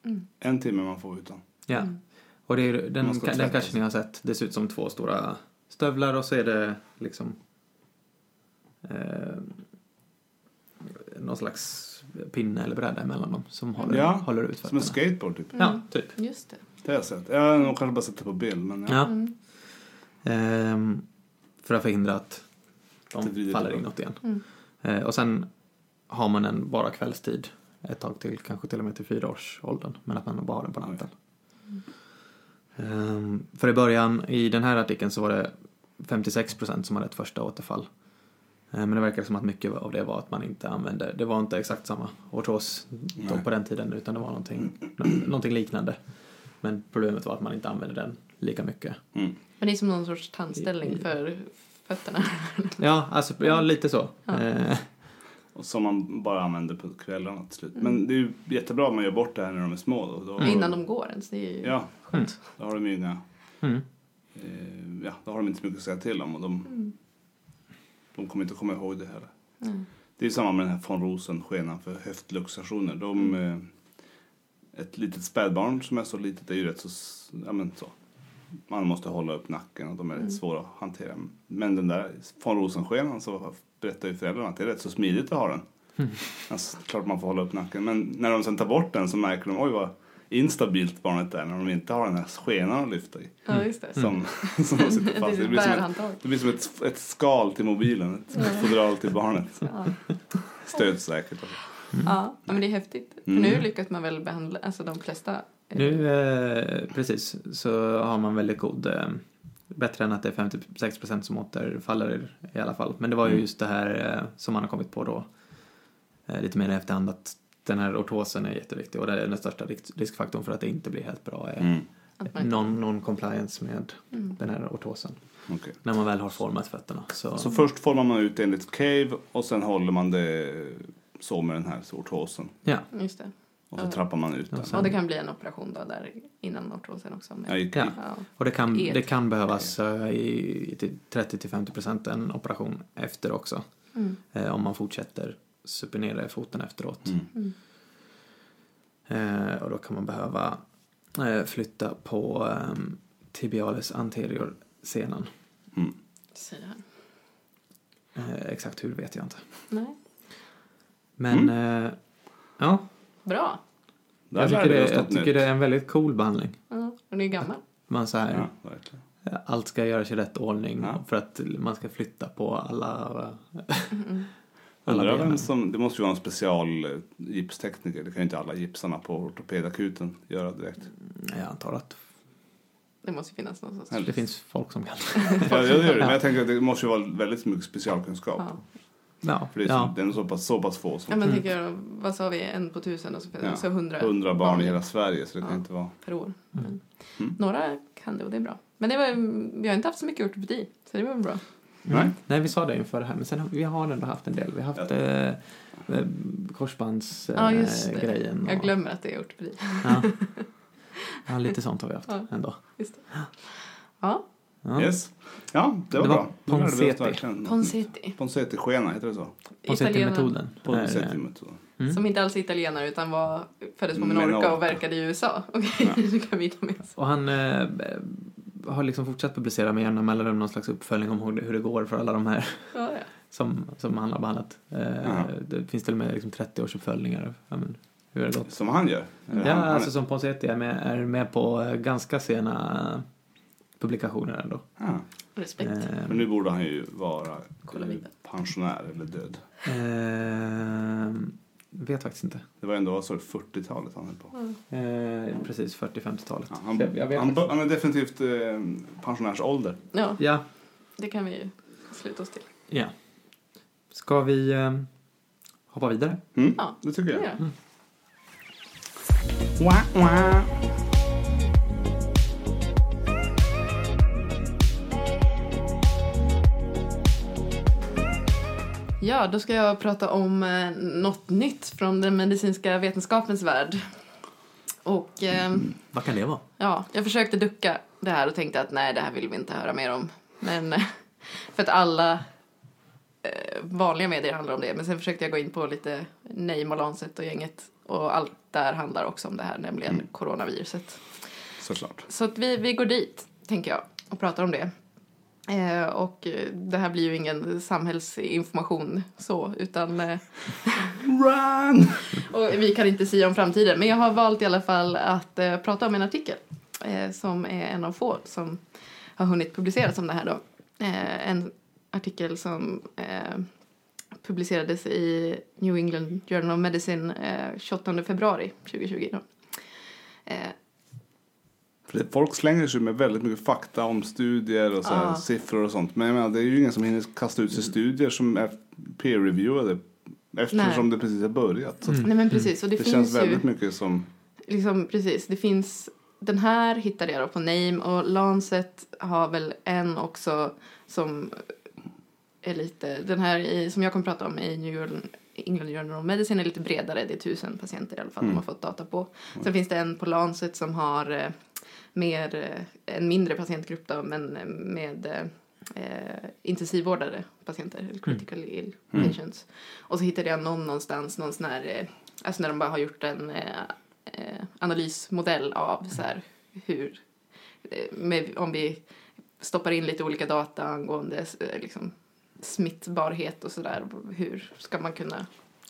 [SPEAKER 3] Mm.
[SPEAKER 1] En timme man får utan.
[SPEAKER 2] Ja.
[SPEAKER 3] Mm.
[SPEAKER 2] Och det är, ju- den,
[SPEAKER 1] Man ska
[SPEAKER 2] den
[SPEAKER 1] tvättas.
[SPEAKER 2] kanske ni har sett. Det ser ut som två stora stövlar och så är det liksom eh, någon slags pinne eller bräda emellan dem som håller,
[SPEAKER 1] Ja,
[SPEAKER 2] håller ut
[SPEAKER 1] Som
[SPEAKER 2] fötterna.
[SPEAKER 1] en skateboard typ.
[SPEAKER 2] Ja, typ.
[SPEAKER 3] Just det.
[SPEAKER 1] Det har jag sett. Jag har nog kanske bara sett det på bild men ja.
[SPEAKER 2] Ja.
[SPEAKER 3] Mm.
[SPEAKER 2] Ehm, för att förhindra att
[SPEAKER 1] Det
[SPEAKER 2] de
[SPEAKER 1] vrider
[SPEAKER 2] faller
[SPEAKER 1] tillbaka.
[SPEAKER 2] inåt igen.
[SPEAKER 3] Mm.
[SPEAKER 2] Eh, och sen har man den bara kvällstid ett tag till, kanske till och med till fyraårsåldern. Men att man bara har den på natten. Ehm, för i början, i den här artikeln så var det 56% som hade ett första återfall. Eh, men det verkar som att mycket av det var att man inte använde, det var inte exakt samma ortos då
[SPEAKER 1] Nej.
[SPEAKER 2] på den tiden utan det var någonting, nå- någonting liknande. Men problemet var att man inte använde den lika mycket.
[SPEAKER 1] Mm.
[SPEAKER 3] Men det är som någon sorts tandställning för fötterna.
[SPEAKER 2] Ja, alltså, ja lite så.
[SPEAKER 3] Ja.
[SPEAKER 2] Eh,
[SPEAKER 1] Och som man bara använder på kvällarna till slut. Men det är ju jättebra att man gör bort det här när de är små. Då. Då
[SPEAKER 3] Mm. Innan de går ens. Det är ju...
[SPEAKER 1] Ja,
[SPEAKER 2] mm.
[SPEAKER 1] då har de ju inga...
[SPEAKER 2] Mm.
[SPEAKER 1] Eh, ja, då har de inte så mycket att säga till om och de, de kommer inte komma ihåg det heller.
[SPEAKER 3] Mm.
[SPEAKER 1] Det är samma med den här von Rosen-skenan för höftluxationer. De,
[SPEAKER 3] Mm.
[SPEAKER 1] eh, ett litet spädbarn som är så litet är ju rätt så, s- ja, men så. Man måste hålla upp nacken och de är
[SPEAKER 3] Mm.
[SPEAKER 1] rätt svåra att hantera. Men den där von Rosen-skenan så berättar ju föräldrarna att det är rätt så smidigt att ha den.
[SPEAKER 2] mm.
[SPEAKER 1] Alltså, klart man får hålla upp nacken. Men när de sen tar bort den så märker de oj vad instabilt barnet är när de inte har den här skenan att lyfta i.
[SPEAKER 3] Ja, just det.
[SPEAKER 1] Som, som de sitter
[SPEAKER 3] Mm. Det
[SPEAKER 1] fast i.
[SPEAKER 3] är
[SPEAKER 1] Det
[SPEAKER 3] ett
[SPEAKER 1] blir som ett,
[SPEAKER 3] bärhandtag.
[SPEAKER 1] det blir som ett, ett skal till mobilen,
[SPEAKER 3] Mm.
[SPEAKER 1] ett fodral till barnet.
[SPEAKER 3] Ja.
[SPEAKER 1] Stödsäkert.
[SPEAKER 3] ja, men det är häftigt. För
[SPEAKER 1] Mm.
[SPEAKER 3] Nu liksom. lyckas man väl behandla, alltså de flesta. eh,
[SPEAKER 2] Nu, eh, precis, så har man väldigt god, eh, bättre än att det är 56% som återfaller i alla fall. Men det var ju
[SPEAKER 1] Mm.
[SPEAKER 2] just det här eh, som man har kommit på då, eh, lite mer i efterhand, att den här ortosen är jätteviktig och det är den största risk- riskfaktorn för att det inte blir helt bra är
[SPEAKER 1] Mm.
[SPEAKER 3] att man-
[SPEAKER 2] non- non-compliance med
[SPEAKER 3] Mm.
[SPEAKER 2] den här ortosen.
[SPEAKER 1] okej.
[SPEAKER 2] När man väl har format fötterna. Så,
[SPEAKER 1] Så först formar man ut enligt Cave och sen håller man det så med den här ortosen.
[SPEAKER 2] ja,
[SPEAKER 3] Just det.
[SPEAKER 1] Och så
[SPEAKER 3] Ja.
[SPEAKER 1] trappar man ut den.
[SPEAKER 2] Och sen-
[SPEAKER 3] Och det kan bli en operation då där innan ortosen också. men-
[SPEAKER 1] Jag gick,
[SPEAKER 2] Ja.
[SPEAKER 3] Ja.
[SPEAKER 2] och det kan,
[SPEAKER 1] E
[SPEAKER 3] Ed.
[SPEAKER 2] det kan behövas eh, i, till 30-50% en operation efter också.
[SPEAKER 3] Mm.
[SPEAKER 2] eh, om man fortsätter supinera foten efteråt.
[SPEAKER 1] Mm.
[SPEAKER 3] Mm.
[SPEAKER 2] Eh, och då kan man behöva eh, flytta på eh, tibialis anterior senan.
[SPEAKER 1] Mm.
[SPEAKER 3] Säger han.
[SPEAKER 2] Eh, exakt hur vet jag inte.
[SPEAKER 3] Nej.
[SPEAKER 2] Men eh, ja,
[SPEAKER 3] Bra.
[SPEAKER 1] Mm. Där
[SPEAKER 2] jag, tycker
[SPEAKER 1] lärde vi
[SPEAKER 2] det,
[SPEAKER 1] oss
[SPEAKER 2] jag
[SPEAKER 1] något
[SPEAKER 2] tycker
[SPEAKER 1] nytt.
[SPEAKER 2] det är en väldigt cool behandling.
[SPEAKER 3] Ja. Och det är gammal.
[SPEAKER 2] Man så här,
[SPEAKER 1] Ja, verkligen.
[SPEAKER 2] eh, allt ska göras i rätt ordning
[SPEAKER 1] Ja.
[SPEAKER 2] för att man ska flytta på alla, eh,
[SPEAKER 3] Mm.
[SPEAKER 2] alla
[SPEAKER 1] Undrar
[SPEAKER 2] benen.
[SPEAKER 1] vem som, det måste ju vara en special eh, gipstekniker. Det kan ju inte alla gipsarna på ortopedakuten göra direkt.
[SPEAKER 2] Jag antar att
[SPEAKER 3] Det måste ju finnas någonstans.
[SPEAKER 1] Eller-
[SPEAKER 2] det finns folk som kan.
[SPEAKER 1] Ja, jag gör det. Men jag tänker att det måste ju vara väldigt mycket specialkunskap.
[SPEAKER 3] Ja.
[SPEAKER 2] ja,
[SPEAKER 1] För det är, så,
[SPEAKER 2] ja.
[SPEAKER 1] den är så, pass, så pass få som
[SPEAKER 3] ja men tänker jag, vad sa vi, en på tusen och så finns det
[SPEAKER 1] Mm. Ja.
[SPEAKER 3] alltså hundra
[SPEAKER 1] 100 barn i hela Sverige så det
[SPEAKER 3] Ja.
[SPEAKER 1] kan inte vara...
[SPEAKER 3] per år. Men
[SPEAKER 1] Mm.
[SPEAKER 3] Några kan det och det är bra. Men det var, vi har inte haft så mycket ortopedi, så det var väl bra.
[SPEAKER 1] Nej.
[SPEAKER 2] Mm. Nej, vi sa det inför det här, men sen har, vi har ändå haft en del. Vi har haft eh, eh,
[SPEAKER 3] Ja, just det.
[SPEAKER 2] korsbandsgrejen.
[SPEAKER 3] Jag glömmer att det är ortopedi.
[SPEAKER 1] Mm.
[SPEAKER 2] ja. ja, lite sånt har vi haft
[SPEAKER 3] Ja.
[SPEAKER 2] ändå.
[SPEAKER 3] Just det. Ja,
[SPEAKER 2] Ja.
[SPEAKER 1] Yes. Ja, det var
[SPEAKER 2] Det var
[SPEAKER 1] bra. Då lärde vi oss
[SPEAKER 2] Ponseti.
[SPEAKER 1] verkligen något nytt.
[SPEAKER 3] Ponseti.
[SPEAKER 1] Ponseti-skena, heter det så?
[SPEAKER 3] Italienaren.
[SPEAKER 2] Ponseti-metoden. är-
[SPEAKER 1] Ponseti-metoden.
[SPEAKER 2] Eh, Mm.
[SPEAKER 3] Som inte alls är italienare utan var, föddes på
[SPEAKER 1] Menorca.
[SPEAKER 3] Menorca och verkade i USA. Okej, nu kan vi ta med oss.
[SPEAKER 2] Och han eh, har liksom fortsatt publicera med jämna mellanrum någon slags uppföljning om hur det, hur det går för alla de här
[SPEAKER 3] Ja, ja.
[SPEAKER 2] som, som han har behandlat. Eh,
[SPEAKER 1] Ja.
[SPEAKER 2] det finns till och med liksom 30-årsuppföljningar. Ja, men hur har det gått?
[SPEAKER 1] Som han gör. Eller
[SPEAKER 2] Ja,
[SPEAKER 1] han, han,
[SPEAKER 2] alltså som Ponseti är med, är med på eh, ganska sena eh, publikationer ändå.
[SPEAKER 1] ja.
[SPEAKER 3] Respekt.
[SPEAKER 2] Eh,
[SPEAKER 1] Men nu borde han ju vara
[SPEAKER 3] Kolla
[SPEAKER 1] eh,
[SPEAKER 3] vidare.
[SPEAKER 1] pensionär eller död.
[SPEAKER 2] Ehm, vet faktiskt inte.
[SPEAKER 1] Det var ändå vad sa du, 40-talet han höll på.
[SPEAKER 2] Eh, precis, 40-50-talet.
[SPEAKER 1] Ja, han,
[SPEAKER 2] jag, jag vet
[SPEAKER 1] han, bör-
[SPEAKER 2] faktiskt.
[SPEAKER 1] han är definitivt eh, pensionärsålder.
[SPEAKER 3] Ja,
[SPEAKER 2] Ja,
[SPEAKER 3] det kan vi ju sluta oss till.
[SPEAKER 2] ja. Ska vi eh, hoppa vidare?
[SPEAKER 1] Mm,
[SPEAKER 3] Ja,
[SPEAKER 1] det tycker jag.
[SPEAKER 3] Det gör jag.
[SPEAKER 1] Wah, wah.
[SPEAKER 3] Ja, då ska jag prata om eh, något nytt från den medicinska vetenskapens värld. Och eh,
[SPEAKER 2] Vad kan det vara?
[SPEAKER 3] ja, jag försökte ducka det här och tänkte att nej, det här vill vi inte höra mer om. Men eh, för att alla eh, vanliga medier handlar om det. Men sen försökte jag gå in på lite Name och Lancet och gänget. Och allt där handlar också om det här, nämligen coronaviruset.
[SPEAKER 1] Såklart.
[SPEAKER 3] Så att vi, vi går dit, tänker jag, och pratar om det. Eh, och eh, det här blir ju ingen samhällsinformation så, utan... Eh,
[SPEAKER 1] Run!
[SPEAKER 3] och vi kan inte säga om framtiden, men jag har valt i alla fall att eh, prata om en artikel eh, som är en av få som har hunnit publiceras om det här. Då. Eh, en artikel som eh, publicerades i New England Journal of Medicine eh, 28 februari 2020. Då.
[SPEAKER 1] Mm.
[SPEAKER 3] Eh,
[SPEAKER 1] För det- Folk slänger sig med väldigt mycket fakta om studier och så här,
[SPEAKER 3] Ja.
[SPEAKER 1] siffror och sånt. Men jag menar, det är ju ingen som hinner kasta ut sig
[SPEAKER 2] Mm.
[SPEAKER 1] studier som är peer-reviewade eftersom det precis har börjat.
[SPEAKER 2] Mm.
[SPEAKER 1] Så
[SPEAKER 3] Nej men precis, och det,
[SPEAKER 1] Mm. Det
[SPEAKER 3] finns
[SPEAKER 1] känns
[SPEAKER 3] ju...
[SPEAKER 1] väldigt mycket som...
[SPEAKER 3] liksom, precis. Det finns, den här hittade jag då på Name och Lancet har väl en också som är lite, den här i, som jag kommer prata om i New England, England Journal of Medicine är lite bredare, det är tusen patienter i alla fall de har fått data på. Sen finns det en på Lancet som har eh, mer, eh, en mindre patientgrupp då, men eh, med eh, eh, intensivvårdade patienter, eller critical ill
[SPEAKER 1] Mm.
[SPEAKER 3] patients. Och så hittade jag någon någonstans, någon sån här, eh, alltså när de bara har gjort en eh, eh, analysmodell av så här hur, eh, med, om vi stoppar in lite olika data angående eh, liksom, smittbarhet och sådär, hur ska man kunna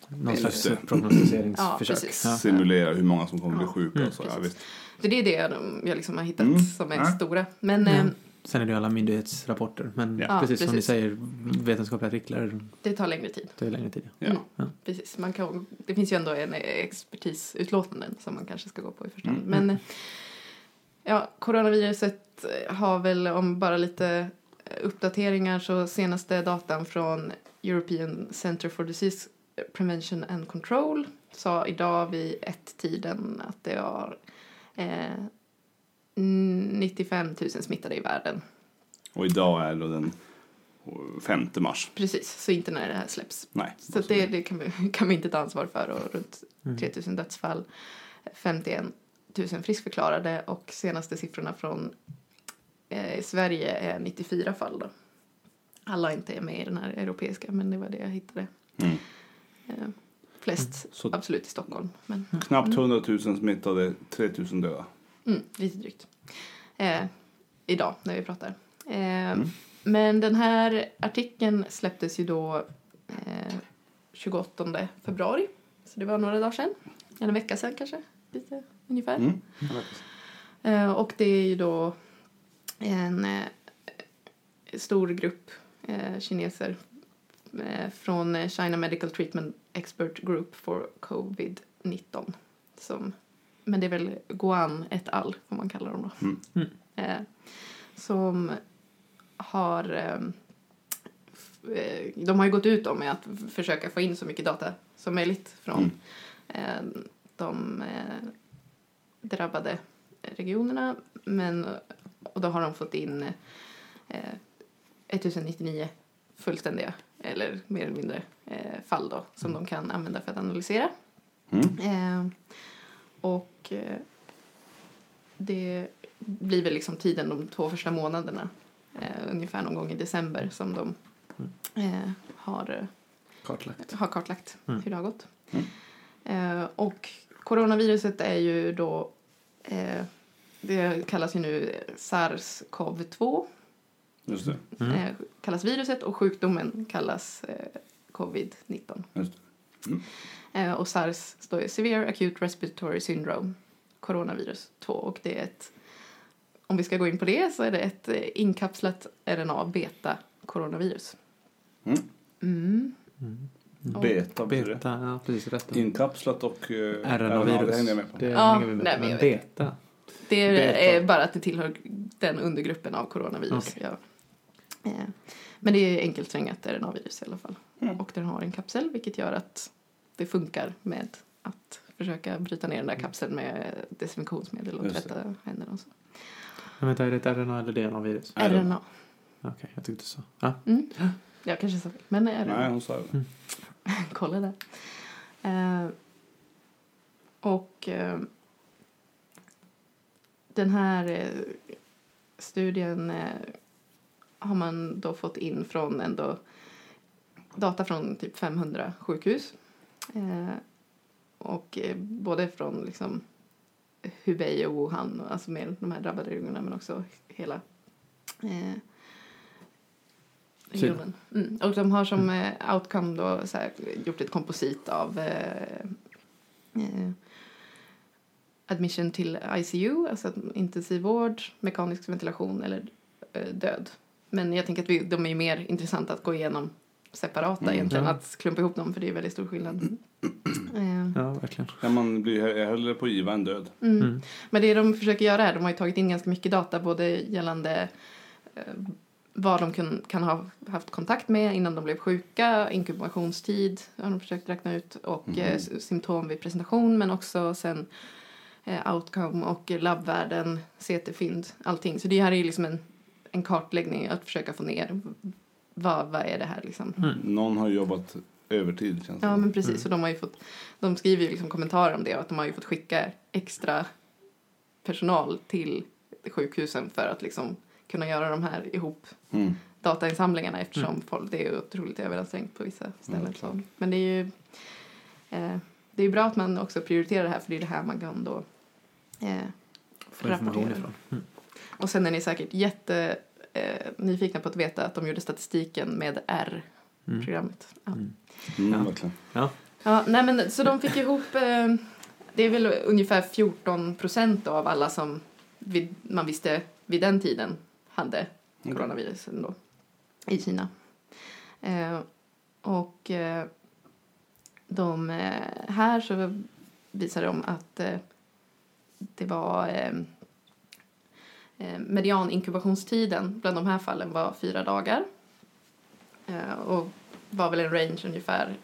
[SPEAKER 2] Någon
[SPEAKER 1] Just
[SPEAKER 2] slags
[SPEAKER 1] det.
[SPEAKER 2] prognostiseringsförsök.
[SPEAKER 3] Ja, precis.
[SPEAKER 2] Ja.
[SPEAKER 1] Simulera hur många som kommer bli
[SPEAKER 3] Ja, Mm.
[SPEAKER 1] sjuka och så. Ja,
[SPEAKER 3] precis.
[SPEAKER 1] visst.
[SPEAKER 3] Så det är det jag, jag liksom har hittat
[SPEAKER 1] Mm.
[SPEAKER 3] som är
[SPEAKER 1] Ja.
[SPEAKER 3] stora. Men
[SPEAKER 2] Mm.
[SPEAKER 3] eh,
[SPEAKER 2] Sen är det ju alla myndighetsrapporter. Men
[SPEAKER 1] Ja.
[SPEAKER 3] Ja,
[SPEAKER 2] precis, som ni
[SPEAKER 3] precis.
[SPEAKER 2] säger, vetenskapliga artiklar
[SPEAKER 3] det tar längre tid.
[SPEAKER 2] tar ju längre tid.
[SPEAKER 1] Ja.
[SPEAKER 3] Mm.
[SPEAKER 2] Ja.
[SPEAKER 3] Precis. Man kan, det finns ju ändå en expertisutlåtanden som man kanske ska gå på i första hand.
[SPEAKER 1] Mm.
[SPEAKER 3] Men eh, ja, coronaviruset eh, har väl om bara lite eh, uppdateringar så senaste datan från European Center for Disease Prevention and Control sa idag vid ett-tiden att det var eh, 95 000 smittade i världen.
[SPEAKER 1] Och idag är det då den 5 mars.
[SPEAKER 3] Precis, så inte när det här släpps.
[SPEAKER 1] Nej.
[SPEAKER 3] Så att det, det kan, vi, kan vi inte ta ansvar för. Och runt
[SPEAKER 2] Mm.
[SPEAKER 3] 3000 dödsfall, 51 000 friskförklarade och senaste siffrorna från eh, Sverige är 94 fall. Då. Alla inte är med i den här europeiska, men det var det jag hittade.
[SPEAKER 1] Mm.
[SPEAKER 3] Eh, flest
[SPEAKER 1] Så
[SPEAKER 3] absolut i Stockholm, men
[SPEAKER 1] knappt 100 000 smittade, 3 000 döda.
[SPEAKER 3] mm, lite drygt. Eh, idag, när vi pratar. Eh, Men den här artikeln släpptes ju då eh, 28 februari. Så det var några dagar sedan. Eller en vecka sedan kanske. Lite ungefär.
[SPEAKER 1] Mm.
[SPEAKER 3] Eh, och det är ju då en eh, stor grupp eh, kineser eh, från China Medical Treatment Expert Group for Covid-19. Som, men det är väl Guan et al, får man kalla dem då.
[SPEAKER 1] Mm.
[SPEAKER 2] Mm.
[SPEAKER 3] Eh, som har... ehm, f- eh, de har ju gått ut då med att f- försöka få in så mycket data som möjligt från eh, de eh, drabbade regionerna. Men, och då har de fått in eh, 1099 fullständiga, eller mer eller mindre, eh, fall då, som de kan använda för att analysera.
[SPEAKER 1] Mm.
[SPEAKER 3] Eh, och eh, det blir väl liksom tiden de två första månaderna, eh, ungefär någon gång i december, som de eh, har eh,
[SPEAKER 2] Kartlagt.
[SPEAKER 3] har kartlagt
[SPEAKER 2] Mm.
[SPEAKER 3] hur det har gått.
[SPEAKER 1] Mm.
[SPEAKER 3] Eh, och coronaviruset är ju då... Eh, det kallas ju nu sars-cov-2.
[SPEAKER 1] Just det.
[SPEAKER 2] Mm.
[SPEAKER 3] Eh, kallas viruset och sjukdomen kallas eh, covid-19.
[SPEAKER 1] Just Mm.
[SPEAKER 3] Eh, och sars står ju Severe Acute Respiratory Syndrome, coronavirus 2. Och det är ett, om vi ska gå in på det så är det ett eh, inkapslat RNA-beta-coronavirus.
[SPEAKER 1] Mm.
[SPEAKER 3] Mm.
[SPEAKER 1] det.
[SPEAKER 3] Och-
[SPEAKER 1] Mm. Beta blir det.
[SPEAKER 2] Beta, ja precis. Rätt.
[SPEAKER 1] Inkapslat och eh,
[SPEAKER 2] RNA-virus.
[SPEAKER 1] Det hänger jag med på.
[SPEAKER 2] Det
[SPEAKER 3] Ja,
[SPEAKER 2] hänger vi med på.
[SPEAKER 3] nej, men
[SPEAKER 2] Men
[SPEAKER 3] jag
[SPEAKER 2] beta.
[SPEAKER 3] Det är
[SPEAKER 1] Beta.
[SPEAKER 3] är bara att det tillhör den undergruppen av coronavirus.
[SPEAKER 2] Okej.
[SPEAKER 3] Ja. Eh, Men det är enkelt strängat RNA-virus i alla fall.
[SPEAKER 1] Mm.
[SPEAKER 3] Och den har en kapsel vilket gör att det funkar med att försöka bryta ner den där kapseln med desinfektionsmedel och
[SPEAKER 1] Just det.
[SPEAKER 3] tvätta händerna och så.
[SPEAKER 2] Men vänta, är det ett RNA eller DNA-virus?
[SPEAKER 1] RNA.
[SPEAKER 3] RNA.
[SPEAKER 2] Okej, jag tyckte så. Ja.
[SPEAKER 3] Mm. Jag kanske sa fel, men RNA.
[SPEAKER 1] Nej, hon sa det.
[SPEAKER 3] Kolla där. Eh, och eh, den här eh, studien eh, har man då fått in från ändå data från typ 500 sjukhus. Eh, och eh, både från liksom Hubei och Wuhan, alltså med de här drabbade regionerna men också hela eh,
[SPEAKER 2] Kina.
[SPEAKER 3] regionen. Mm. Och de har som eh, outcome då så här, gjort ett komposit av eh, eh, admission till ICU, alltså att intensivvård, mekanisk ventilation eller eh, död. Men jag tänker att vi, de är ju mer intressanta att gå igenom separata
[SPEAKER 1] Mm.
[SPEAKER 3] egentligen,
[SPEAKER 2] Ja.
[SPEAKER 3] att klumpa ihop dem för det är väldigt stor skillnad. Eh,
[SPEAKER 2] Ja, verkligen.
[SPEAKER 1] Ja, man blir he- hellre på IVA än död.
[SPEAKER 3] Mm.
[SPEAKER 2] Mm.
[SPEAKER 3] Men det de försöker göra är, de har ju tagit in ganska mycket data både gällande eh, vad de kun, kan ha haft kontakt med innan de blev sjuka, inkubationstid har de försökt räkna ut och
[SPEAKER 1] Mhm.
[SPEAKER 3] eh, s- symptom vid presentation men också sen eh, outcome och labbvärden, CT-fynd, allting. Så det här är ju liksom en, en kartläggning att försöka få ner vad, vad är det här liksom.
[SPEAKER 2] Mm.
[SPEAKER 1] Någon har jobbat övertid känns det
[SPEAKER 3] Ja,
[SPEAKER 1] som.
[SPEAKER 3] men precis. Och de, har ju fått, de skriver ju liksom kommentarer om det och att de har ju fått skicka extra personal till sjukhusen för att liksom kunna göra de här ihop
[SPEAKER 1] Mm.
[SPEAKER 3] datainsamlingarna eftersom folk, det är otroligt överansträngt på vissa ställen.
[SPEAKER 1] Mm, klart.
[SPEAKER 3] så. Men det är ju eh, det är ju bra att man också prioriterar det här för det är det här man kan då eh,
[SPEAKER 2] Får information
[SPEAKER 3] Rapportera.
[SPEAKER 2] ifrån.
[SPEAKER 3] och sen är ni säkert jätte eh, nyfikna på att veta att de gjorde statistiken med
[SPEAKER 2] Mm.
[SPEAKER 3] R-programmet. Ja.
[SPEAKER 1] Mm,
[SPEAKER 2] Ja.
[SPEAKER 1] verkligen.
[SPEAKER 3] Ja, nej men så de fick ihop, eh, det är väl ungefär 14 procent av alla som vid, man visste vid den tiden hade coronavirus ändå i Kina. Eh, och eh, de eh, här så visade de att eh, det var eh, eh, medianinkubationstiden bland de här fallen var fyra dagar eh, och var väl en range ungefär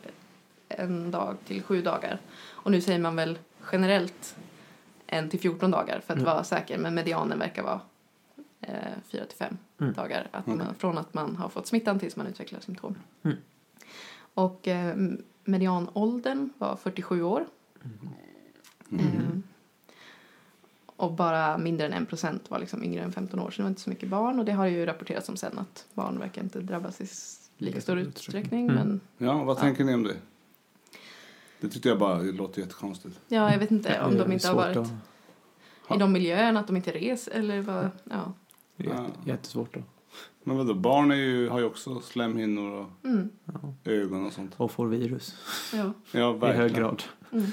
[SPEAKER 3] en dag till sju dagar. Och nu säger man väl generellt en till 14 dagar för att
[SPEAKER 2] Mm.
[SPEAKER 3] vara säker men medianen verkar vara eh, fyra till fem
[SPEAKER 2] Mm.
[SPEAKER 3] dagar att
[SPEAKER 1] Okej.
[SPEAKER 3] man, från att man har fått smittan tills man utvecklar symptom.
[SPEAKER 2] Mm.
[SPEAKER 3] Och eh, medianåldern var 47 år.
[SPEAKER 1] Mm.
[SPEAKER 2] Mm.
[SPEAKER 3] Eh, och bara mindre än 1% var liksom yngre än 15 år, så det var inte så mycket barn. Och det har ju rapporterats om sen att barn verkar inte drabbas i s- lika stor utsträckning.
[SPEAKER 2] Mm.
[SPEAKER 3] Men
[SPEAKER 1] Ja, vad
[SPEAKER 3] Ja.
[SPEAKER 1] tänker ni om det? Det tyckte jag bara låter jättekonstigt.
[SPEAKER 3] ja, jag vet inte om
[SPEAKER 2] Det
[SPEAKER 3] de
[SPEAKER 2] är
[SPEAKER 3] inte har
[SPEAKER 2] svårt
[SPEAKER 3] varit
[SPEAKER 2] att-
[SPEAKER 3] i de miljöerna, att de inte reser eller vad.
[SPEAKER 1] Mm.
[SPEAKER 3] Ja.
[SPEAKER 2] det är jätte-
[SPEAKER 1] Ja.
[SPEAKER 2] Jättesvårt att...
[SPEAKER 1] Men vadå, barn är ju, har ju också slemhinnor och
[SPEAKER 3] Mm.
[SPEAKER 2] Ja.
[SPEAKER 1] ögon och sånt.
[SPEAKER 2] Och får virus
[SPEAKER 3] ja.
[SPEAKER 1] Ja,
[SPEAKER 2] i hög
[SPEAKER 1] verkligen.
[SPEAKER 2] grad.
[SPEAKER 3] Mm.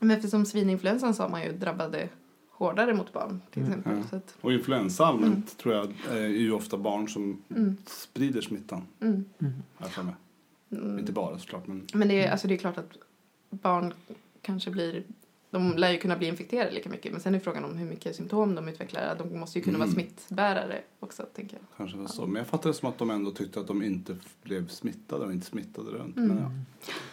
[SPEAKER 3] Men eftersom svininfluensan sa man ju drabbade hårdare mot barn till
[SPEAKER 2] Mm.
[SPEAKER 3] exempel.
[SPEAKER 1] Ja.
[SPEAKER 3] Så att,
[SPEAKER 1] Och influensa allmänt
[SPEAKER 3] Mm.
[SPEAKER 1] tror jag eh, är ju ofta barn som
[SPEAKER 3] mm,
[SPEAKER 1] sprider smittan.
[SPEAKER 3] mm,
[SPEAKER 1] Här för mig.
[SPEAKER 3] mm.
[SPEAKER 1] Inte Mm. bara såklart, men
[SPEAKER 3] Men det är, alltså det är klart att barn kanske blir... De lär ju kunna bli infekterade lika mycket men sen är frågan om hur mycket symptom de utvecklar. De måste ju kunna vara
[SPEAKER 1] Mm.
[SPEAKER 3] smittbärare också, tänker jag.
[SPEAKER 1] kanske var så. Men jag fattar det som att de ändå tyckte att de inte f- blev smittade och inte smittade runt.
[SPEAKER 3] Mm.
[SPEAKER 1] Men ja.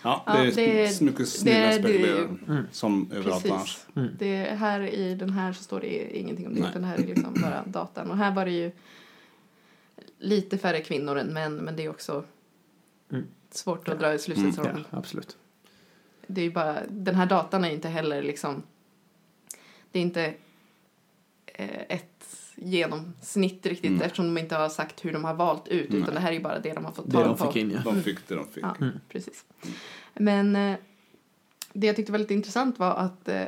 [SPEAKER 1] Ja,
[SPEAKER 3] Ja,
[SPEAKER 1] det är
[SPEAKER 3] det-
[SPEAKER 1] s- mycket
[SPEAKER 3] det-
[SPEAKER 1] snilla spekulerande.
[SPEAKER 2] Mm.
[SPEAKER 1] Som överallt annars.
[SPEAKER 3] Precis.
[SPEAKER 2] Mm.
[SPEAKER 3] Det är, här i den här så står det ingenting om det
[SPEAKER 1] Nej.
[SPEAKER 3] utan här är liksom bara datan. Och här var det ju lite färre kvinnor än män men det är också
[SPEAKER 2] Mm.
[SPEAKER 3] svårt att dra i slutsatser
[SPEAKER 2] Ja,
[SPEAKER 3] om
[SPEAKER 2] absolut.
[SPEAKER 3] det är ju bara, den här datan är inte heller liksom, det är inte eh, ett genomsnitt riktigt
[SPEAKER 1] Mm.
[SPEAKER 3] eftersom de inte har sagt hur de har valt ut utan
[SPEAKER 1] Nej.
[SPEAKER 3] det här är ju bara det de har fått
[SPEAKER 2] Det
[SPEAKER 3] tag
[SPEAKER 2] de
[SPEAKER 3] på.
[SPEAKER 2] fick in, ja.
[SPEAKER 1] De fick det de fick.
[SPEAKER 3] Ja,
[SPEAKER 2] Mm.
[SPEAKER 3] precis. Men eh, det jag tyckte var lite intressant var att eh,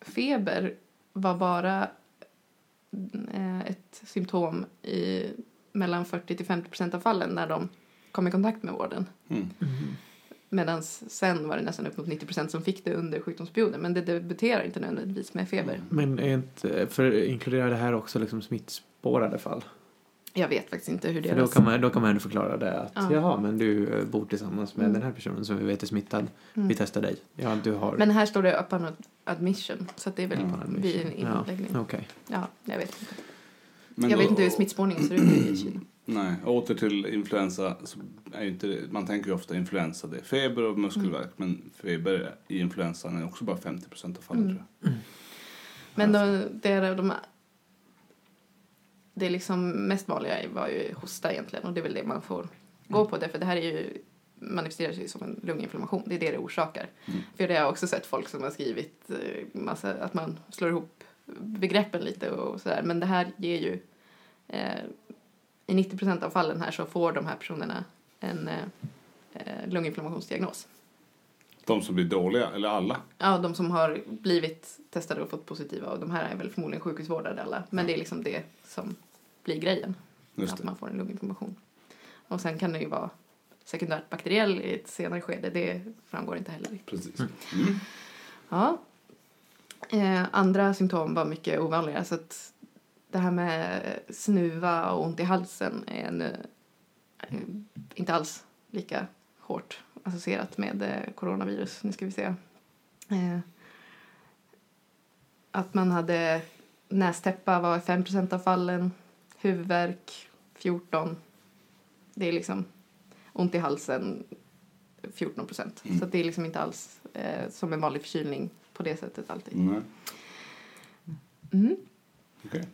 [SPEAKER 3] feber var bara eh, ett symptom i mellan 40 till 50 procent av fallen när de kom i kontakt med vården.
[SPEAKER 1] Mm.
[SPEAKER 3] Medan sen var det nästan uppemot 90 som fick det under sjukdomsperioden. Men det debuterar inte nödvändigtvis med feber.
[SPEAKER 2] Men är inte, för inkluderar det här också liksom smittspårade fall?
[SPEAKER 3] Jag vet faktiskt inte hur
[SPEAKER 2] För då
[SPEAKER 3] deras...
[SPEAKER 2] kan, man, då kan man ändå förklara det att
[SPEAKER 3] Ja.
[SPEAKER 2] jaha, men du eh, bor tillsammans med
[SPEAKER 3] Mm.
[SPEAKER 2] den här personen som vi vet är smittad.
[SPEAKER 3] Mm.
[SPEAKER 2] Vi testar dig. Ja, du har...
[SPEAKER 3] Men här står det upon admission. Så att det är väl
[SPEAKER 1] Ja,
[SPEAKER 3] vid en
[SPEAKER 2] Ja,
[SPEAKER 3] inläggning. Ja,
[SPEAKER 2] Okej.
[SPEAKER 3] jag vet inte.
[SPEAKER 1] Men
[SPEAKER 3] jag vet
[SPEAKER 1] då-
[SPEAKER 3] inte hur smittspårningen ser ut i Kina.
[SPEAKER 1] Nej, och åter till influensa. Så är ju inte, det- man tänker ju ofta influensa det är feber och muskelvärk.
[SPEAKER 3] Mm.
[SPEAKER 1] Men feber i influensan är också bara 50 av fallen
[SPEAKER 3] Mm.
[SPEAKER 1] tror
[SPEAKER 3] Men de, det, är de, det är liksom mest vanliga var ju hosta egentligen. Och det är väl det man får gå på. Därför det här är ju manifesterar sig som en lunginflammation. Det är det det orsakar.
[SPEAKER 1] Mm.
[SPEAKER 3] För det har jag också sett folk som har skrivit eh, massa, att man slår ihop begreppen lite och sådär. Men det här ger ju eh, i 90 av fallen här så får de här personerna en eh, eh, lunginflammationsdiagnos.
[SPEAKER 1] jag. De som blir dåliga, eller alla.
[SPEAKER 3] Ja, de som har blivit testade och fått positiva och de här är väl förmodligen sjukhusvårdade alla. Men det är liksom det som blir grejen,
[SPEAKER 1] Just
[SPEAKER 3] att
[SPEAKER 1] det.
[SPEAKER 3] man får en lunginflammation. Och sen kan det ju vara sekundärt bakteriell i ett senare skede, det framgår inte heller riktigt.
[SPEAKER 1] Precis.
[SPEAKER 2] Mm.
[SPEAKER 1] Mm.
[SPEAKER 3] Ja. Eh, andra symptom var mycket ovanliga så att det här med snuva och ont i halsen är en, eh, inte alls lika hårt associerat med eh, coronavirus. Nu ska vi se. Eh, att man hade nästäppa var i 5 av fallen, huvudvärk 14. Det är liksom ont i halsen 14
[SPEAKER 1] Mm.
[SPEAKER 3] Så att det är liksom inte alls eh, som en vanlig förkylning på det sättet alltid.
[SPEAKER 1] Nej,
[SPEAKER 3] Mm.
[SPEAKER 1] okej.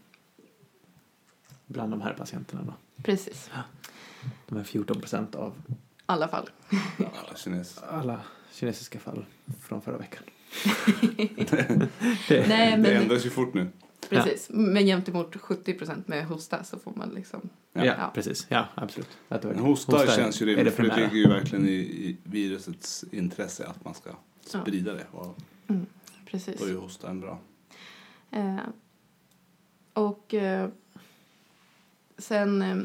[SPEAKER 2] Bland de här patienterna då.
[SPEAKER 3] Precis,
[SPEAKER 2] De här 14 procent av
[SPEAKER 3] alla fall.
[SPEAKER 1] Alla kineser.
[SPEAKER 2] alla kinesiska fall från förra veckan.
[SPEAKER 3] Nej,
[SPEAKER 1] Det
[SPEAKER 3] men,
[SPEAKER 1] ändras ju fort nu.
[SPEAKER 3] precis. Men gentemot 70 procent med hosta så får man liksom...
[SPEAKER 2] Ja,
[SPEAKER 3] Ja.
[SPEAKER 2] precis. Ja, absolut. Att det var-
[SPEAKER 1] Men Hosta, känns ju
[SPEAKER 2] är det
[SPEAKER 1] rimligt, för det
[SPEAKER 2] primära.
[SPEAKER 1] ligger ju verkligen i, i virusets intresse att man ska
[SPEAKER 3] Ja.
[SPEAKER 1] sprida det. Och
[SPEAKER 3] Precis.
[SPEAKER 1] då är ju hosta en bra.
[SPEAKER 3] Eh, och eh, sen eh,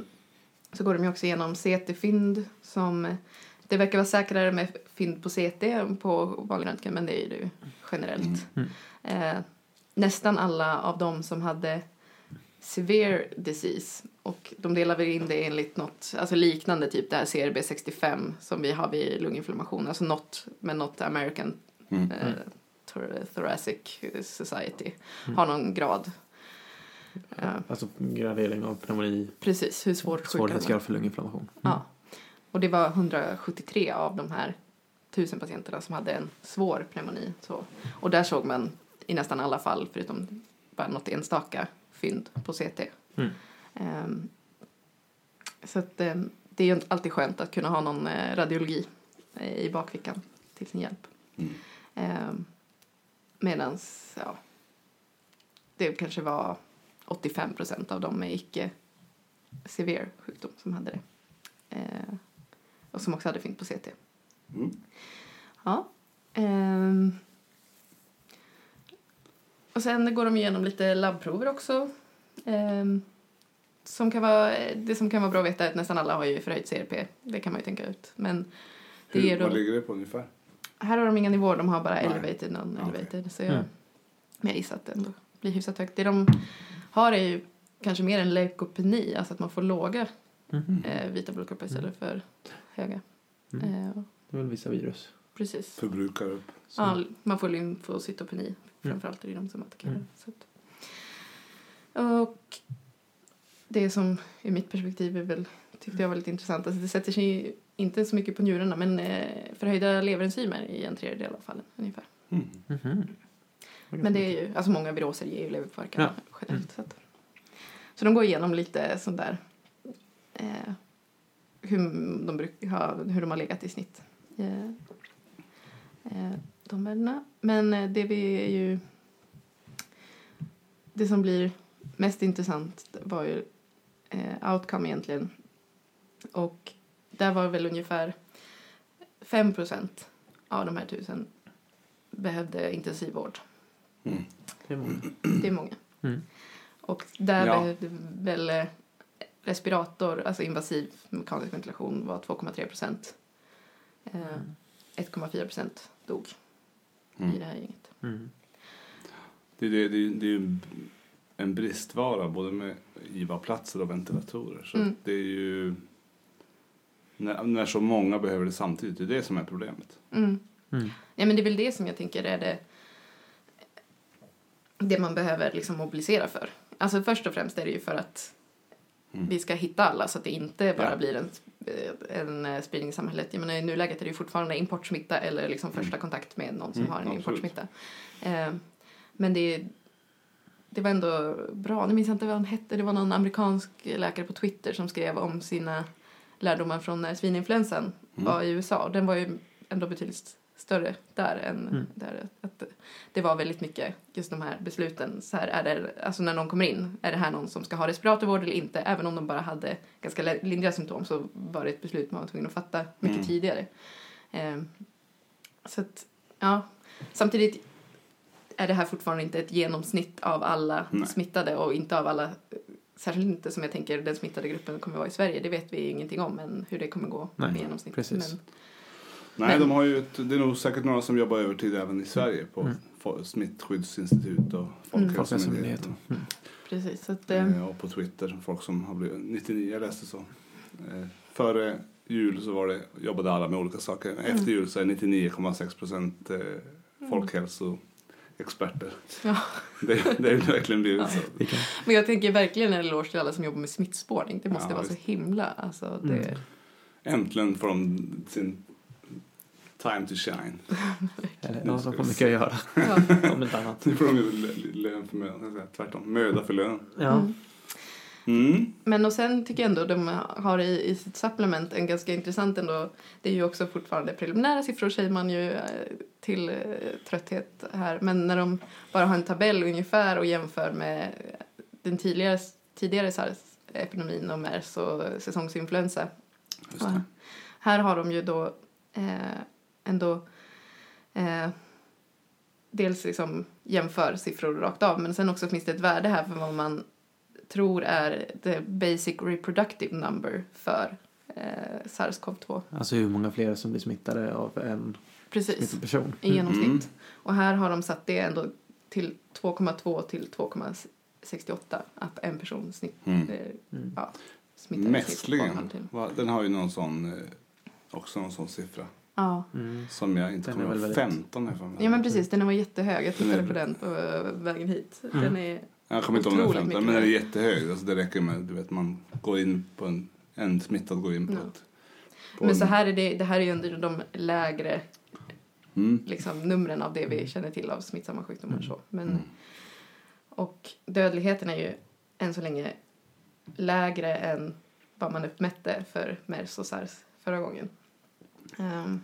[SPEAKER 3] så går de ju också igenom CT-fynd som eh, det verkar vara säkrare med fynd på CT än på vanlig röntgen, men det är ju det ju generellt.
[SPEAKER 2] Mm.
[SPEAKER 3] Eh, nästan alla av dem som hade severe disease och de delar väl in det enligt något alltså liknande typ det här CRB65 som vi har vid lunginflammation, alltså något med något American
[SPEAKER 1] Mm.
[SPEAKER 3] eh, Thor- Thoracic Society har någon grad. Eh,
[SPEAKER 2] Alltså gradering av pneumoni,
[SPEAKER 3] precis, hur svårt sjuka de är.
[SPEAKER 2] svårighetsgrad för lunginflammation.
[SPEAKER 3] Ja. Och det var 173 av de här 1000 patienterna som hade en svår pneumoni. Så. Och där såg man i nästan alla fall, förutom bara något enstaka fynd på CT.
[SPEAKER 2] Mm.
[SPEAKER 3] Ehm, så att, ehm, det är ju alltid skönt att kunna ha någon eh, radiologi eh, i bakfickan till sin hjälp.
[SPEAKER 1] Mm.
[SPEAKER 3] Ehm, medans, ja, det kanske var 85 procent av dem med icke severe sjukdom som hade det. Ehm, och som också hade fynd på CT.
[SPEAKER 1] Mm.
[SPEAKER 3] Ja. ehm. och sen går de igenom lite labbprover också. Ehm, som kan vara, det som kan vara bra att veta är att nästan alla har ju förhöjt CRP. Det kan man ju tänka ut. Men det
[SPEAKER 1] Hur,
[SPEAKER 3] är då...
[SPEAKER 1] Vad ligger det på ungefär?
[SPEAKER 3] Här har de inga nivåer, de har bara
[SPEAKER 1] Nej.
[SPEAKER 3] elevated non
[SPEAKER 1] Okej.
[SPEAKER 3] elevated. Så jag,
[SPEAKER 2] Mm.
[SPEAKER 3] Men jag gissar att det ändå blir hyfsat högt. Det de har är ju kanske mer en leukopeni, alltså att man får låga
[SPEAKER 2] Mhm.
[SPEAKER 3] eh, vita blodkroppar istället för höga.
[SPEAKER 2] Mm.
[SPEAKER 3] Eh,
[SPEAKER 2] Det är väl vissa virus.
[SPEAKER 3] precis.
[SPEAKER 1] Förbrukar upp.
[SPEAKER 2] Så-
[SPEAKER 3] Ja, man får lymfocytopeni, framförallt är det de som attackerar.
[SPEAKER 2] Mm.
[SPEAKER 3] Så att. Och det som i mitt perspektiv är väl, tyckte jag var lite intressant, alltså det sätter sig ju inte så mycket på njurarna men eh, förhöjda leverenzymer i en tredjedel av fallen ungefär.
[SPEAKER 1] Mm.
[SPEAKER 2] Mhm.
[SPEAKER 3] Men det är ju, alltså många viroser ger ju leverpåverkan
[SPEAKER 2] Ja.
[SPEAKER 3] generellt sett. Så de går igenom lite sånt där eh, hur, de bruk, ha, hur de har legat i snitt. Eh, eh, de värdena. Men eh, det vi är ju det som blir mest intressant var ju eh, outcome egentligen. Och där var väl ungefär 5 av de här tusen behövde intensivvård.
[SPEAKER 1] Mm.
[SPEAKER 2] Det är många.
[SPEAKER 3] Det är många.
[SPEAKER 2] Mm.
[SPEAKER 3] Och där
[SPEAKER 1] Ja.
[SPEAKER 3] behövde väl eh, respirator, alltså invasiv mekanisk ventilation, var 2,3 procent. Eh, 1,4 procent dog i
[SPEAKER 1] Mm.
[SPEAKER 3] det här gänget.
[SPEAKER 2] Mm.
[SPEAKER 1] Det, är det, det, är- det är ju en bristvara både med IVA-platser och ventilatorer. Så
[SPEAKER 3] Mm.
[SPEAKER 1] att det är ju... När, när så många behöver det samtidigt, det är det som är problemet.
[SPEAKER 3] Mm.
[SPEAKER 2] Mm.
[SPEAKER 3] Ja, men det är väl det som jag tänker är det, det man behöver liksom mobilisera för. Alltså först och främst är det ju för att
[SPEAKER 1] Mm.
[SPEAKER 3] vi ska hitta alla så att det inte bara
[SPEAKER 1] Ja.
[SPEAKER 3] blir en, en eh, spridning i samhället. Jag menar, I nuläget är det ju fortfarande importsmitta eller liksom första kontakt med någon som
[SPEAKER 1] Mm,
[SPEAKER 3] har en
[SPEAKER 1] absolut.
[SPEAKER 3] importsmitta. Eh, men det, det var ändå bra. Nu minns jag inte vad han hette. Det var någon amerikansk läkare på Twitter som skrev om sina lärdomar från när svininfluensan
[SPEAKER 1] Mm.
[SPEAKER 3] var i USA. Den var ju ändå betydligt större där än
[SPEAKER 2] Mm.
[SPEAKER 3] där. Att det var väldigt mycket just de här besluten. Så här är det, alltså när någon kommer in, är det här någon som ska ha respiratorvård eller inte? Även om de bara hade ganska lä- lindriga symptom så var det ett beslut man var tvungen att fatta mycket
[SPEAKER 1] Mm.
[SPEAKER 3] tidigare. Ehm, så att, ja. Samtidigt är det här fortfarande inte ett genomsnitt av alla
[SPEAKER 1] Nej.
[SPEAKER 3] smittade och inte av alla, särskilt inte som jag tänker den smittade gruppen kommer vara i Sverige. Det vet vi ju ingenting om än hur det kommer gå
[SPEAKER 2] Nej,
[SPEAKER 3] med genomsnitt.
[SPEAKER 2] precis.
[SPEAKER 3] Men,
[SPEAKER 1] Nej,
[SPEAKER 3] Men-
[SPEAKER 1] de har ju ett, det är nog säkert några som jobbar övertid även i Sverige på
[SPEAKER 2] Mm.
[SPEAKER 1] fo- smittskyddsinstitut
[SPEAKER 3] Mm.
[SPEAKER 1] och Folkhälsomyndigheten.
[SPEAKER 3] precis, så att, ehm,
[SPEAKER 1] Eh, och på Twitter, folk som har blivit 99, jag läste så. Eh, före jul så var det, jobbade alla med olika saker.
[SPEAKER 3] Mm.
[SPEAKER 1] Efter jul så är 99,6 procent eh, folkhälsoexperter.
[SPEAKER 3] mm. Ja.
[SPEAKER 1] Det, det är ju verkligen blivit så.
[SPEAKER 2] Vilka?
[SPEAKER 3] Men jag tänker verkligen en eloge till alla som jobbar med smittspårning. Det måste
[SPEAKER 1] Ja,
[SPEAKER 3] vara
[SPEAKER 1] visst.
[SPEAKER 3] så himla... Alltså, det,
[SPEAKER 2] Mm.
[SPEAKER 1] Äntligen får de sin time to shine.
[SPEAKER 2] Eller någon som Eh, får mycket att göra,
[SPEAKER 3] ja.
[SPEAKER 2] om inte annat.
[SPEAKER 1] Nu får de ju l- l- lön för mödan, jag säger tvärtom, möda för lön.
[SPEAKER 2] Ja.
[SPEAKER 3] Mm.
[SPEAKER 1] Mm.
[SPEAKER 3] Men och sen tycker jag ändå de har i, i sitt supplement en ganska intressant ändå. Det är ju också fortfarande preliminära siffror säger man ju eh, till eh, trötthet här. Men när de bara har en tabell ungefär och jämför med den tidigare, tidigare sars-epidemin och mers och säsongsinfluensa.
[SPEAKER 1] Just
[SPEAKER 3] Och
[SPEAKER 1] det.
[SPEAKER 3] Här har de ju då eh, ändå eh, dels liksom jämför siffror rakt av men sen också finns det ett värde här för vad man tror är the basic reproductive number för eh, SARS-CoV-2.
[SPEAKER 2] Alltså hur många fler som blir smittade av en
[SPEAKER 3] Precis,
[SPEAKER 2] smittad person.
[SPEAKER 3] i genomsnitt.
[SPEAKER 1] Mm.
[SPEAKER 3] Och här har de satt det ändå till 2,2 till 2,68 att en person snitt,
[SPEAKER 1] Mm.
[SPEAKER 3] eh,
[SPEAKER 2] Mm.
[SPEAKER 3] ja, smittar i snitt på en
[SPEAKER 1] Mässlingen,
[SPEAKER 3] halvtimme.
[SPEAKER 1] va, den har ju någon sån, eh, också någon sån siffra.
[SPEAKER 3] Ja.
[SPEAKER 2] Mm.
[SPEAKER 1] Som jag inte
[SPEAKER 2] Den
[SPEAKER 1] kommer
[SPEAKER 2] är väl
[SPEAKER 1] ihåg.
[SPEAKER 2] väldigt-
[SPEAKER 1] 15 här för mig.
[SPEAKER 3] ja, men precis. Den var jättehög. Jag tittade
[SPEAKER 1] är-
[SPEAKER 3] på den på eh, vägen hit.
[SPEAKER 2] Mm.
[SPEAKER 3] Den är
[SPEAKER 1] Jag kommer inte ihåg den
[SPEAKER 3] Otroligt
[SPEAKER 1] 15,
[SPEAKER 3] mycket
[SPEAKER 1] men den är
[SPEAKER 3] mer.
[SPEAKER 1] jättehög. Alltså det räcker med, du vet, man går in på en, en smittad går in på
[SPEAKER 3] Ja.
[SPEAKER 1] ett... på
[SPEAKER 3] Men så
[SPEAKER 1] en-
[SPEAKER 3] här är det, det här är ju under de lägre
[SPEAKER 1] Mm.
[SPEAKER 3] liksom, numren av det vi känner till av smittsamma sjukdomar. Så. Men,
[SPEAKER 1] Mm.
[SPEAKER 3] Och dödligheten är ju än så länge lägre än vad man uppmätte för mers och sars förra gången. Ehm,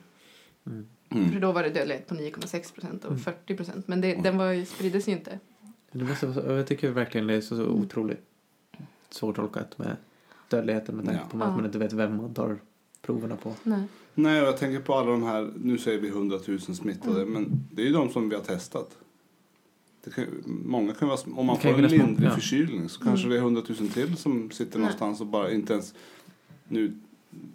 [SPEAKER 3] För
[SPEAKER 1] Mm.
[SPEAKER 3] då var det dödlighet på 9,6 procent och
[SPEAKER 2] Mm.
[SPEAKER 3] 40 procent. Men det, den var ju, sprides ju inte.
[SPEAKER 2] Det måste vara så, jag tycker verkligen det är så, så
[SPEAKER 3] Mm.
[SPEAKER 2] otroligt svårtolkat med dödligheten med tanke
[SPEAKER 1] Ja.
[SPEAKER 2] på att man
[SPEAKER 3] Ja.
[SPEAKER 2] inte vet vem man tar proverna på.
[SPEAKER 3] Nej.
[SPEAKER 1] Nej, och jag tänker på alla de här, nu säger vi 100 000 smittade, men det är ju de som vi har testat. Det kan, ju- många kan vara, sm- om man
[SPEAKER 2] Det kan
[SPEAKER 1] får
[SPEAKER 2] ju
[SPEAKER 1] en
[SPEAKER 2] finnas många,
[SPEAKER 1] lindrig
[SPEAKER 2] ja.
[SPEAKER 1] förkylning så kanske det är 100 000 till som sitter
[SPEAKER 3] Nej.
[SPEAKER 1] någonstans och bara inte ens, nu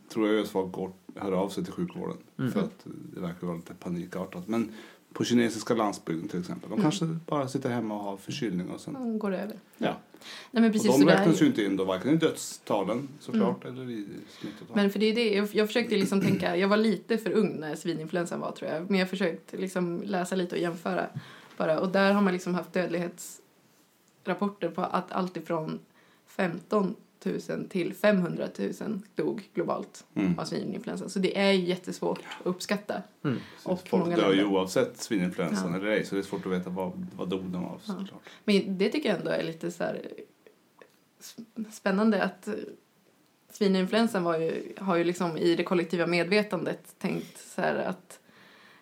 [SPEAKER 1] tror jag att folk går, hör av sig till sjukvården
[SPEAKER 2] Mm.
[SPEAKER 1] för att det verkar vara lite panikartat. Men på kinesiska landsbygden till exempel, de
[SPEAKER 3] Mm.
[SPEAKER 1] kanske bara sitter hemma och har förkylning och sen,
[SPEAKER 3] Den går över.
[SPEAKER 1] ja.
[SPEAKER 3] Nej, men precis,
[SPEAKER 1] och
[SPEAKER 3] så
[SPEAKER 1] de
[SPEAKER 3] det här är
[SPEAKER 1] räknas
[SPEAKER 3] ju-
[SPEAKER 1] ju inte in då, varken i dödstalen såklart eller i smittotalen.
[SPEAKER 3] Men för det är det, jag, jag försökte liksom tänka, jag var lite för ung när svininfluensan var tror jag, men jag försökte liksom läsa lite och jämföra bara. Och där har man liksom haft dödlighetsrapporter på att allt ifrån 15 000 till 500 000 dog globalt
[SPEAKER 1] Mm.
[SPEAKER 3] av svininfluensan. Så det är ju jättesvårt att uppskatta.
[SPEAKER 2] Mm.
[SPEAKER 1] Precis,
[SPEAKER 3] Och
[SPEAKER 1] folk
[SPEAKER 3] många
[SPEAKER 1] dör ju
[SPEAKER 3] länder.
[SPEAKER 1] oavsett svininfluensan
[SPEAKER 3] Ja.
[SPEAKER 1] eller ej så det är svårt att veta vad, vad dog de av
[SPEAKER 3] Ja.
[SPEAKER 1] såklart.
[SPEAKER 3] Men det tycker jag ändå är lite så här sp- spännande att eh, svininfluensan var ju, har ju liksom i det kollektiva medvetandet tänkt så här att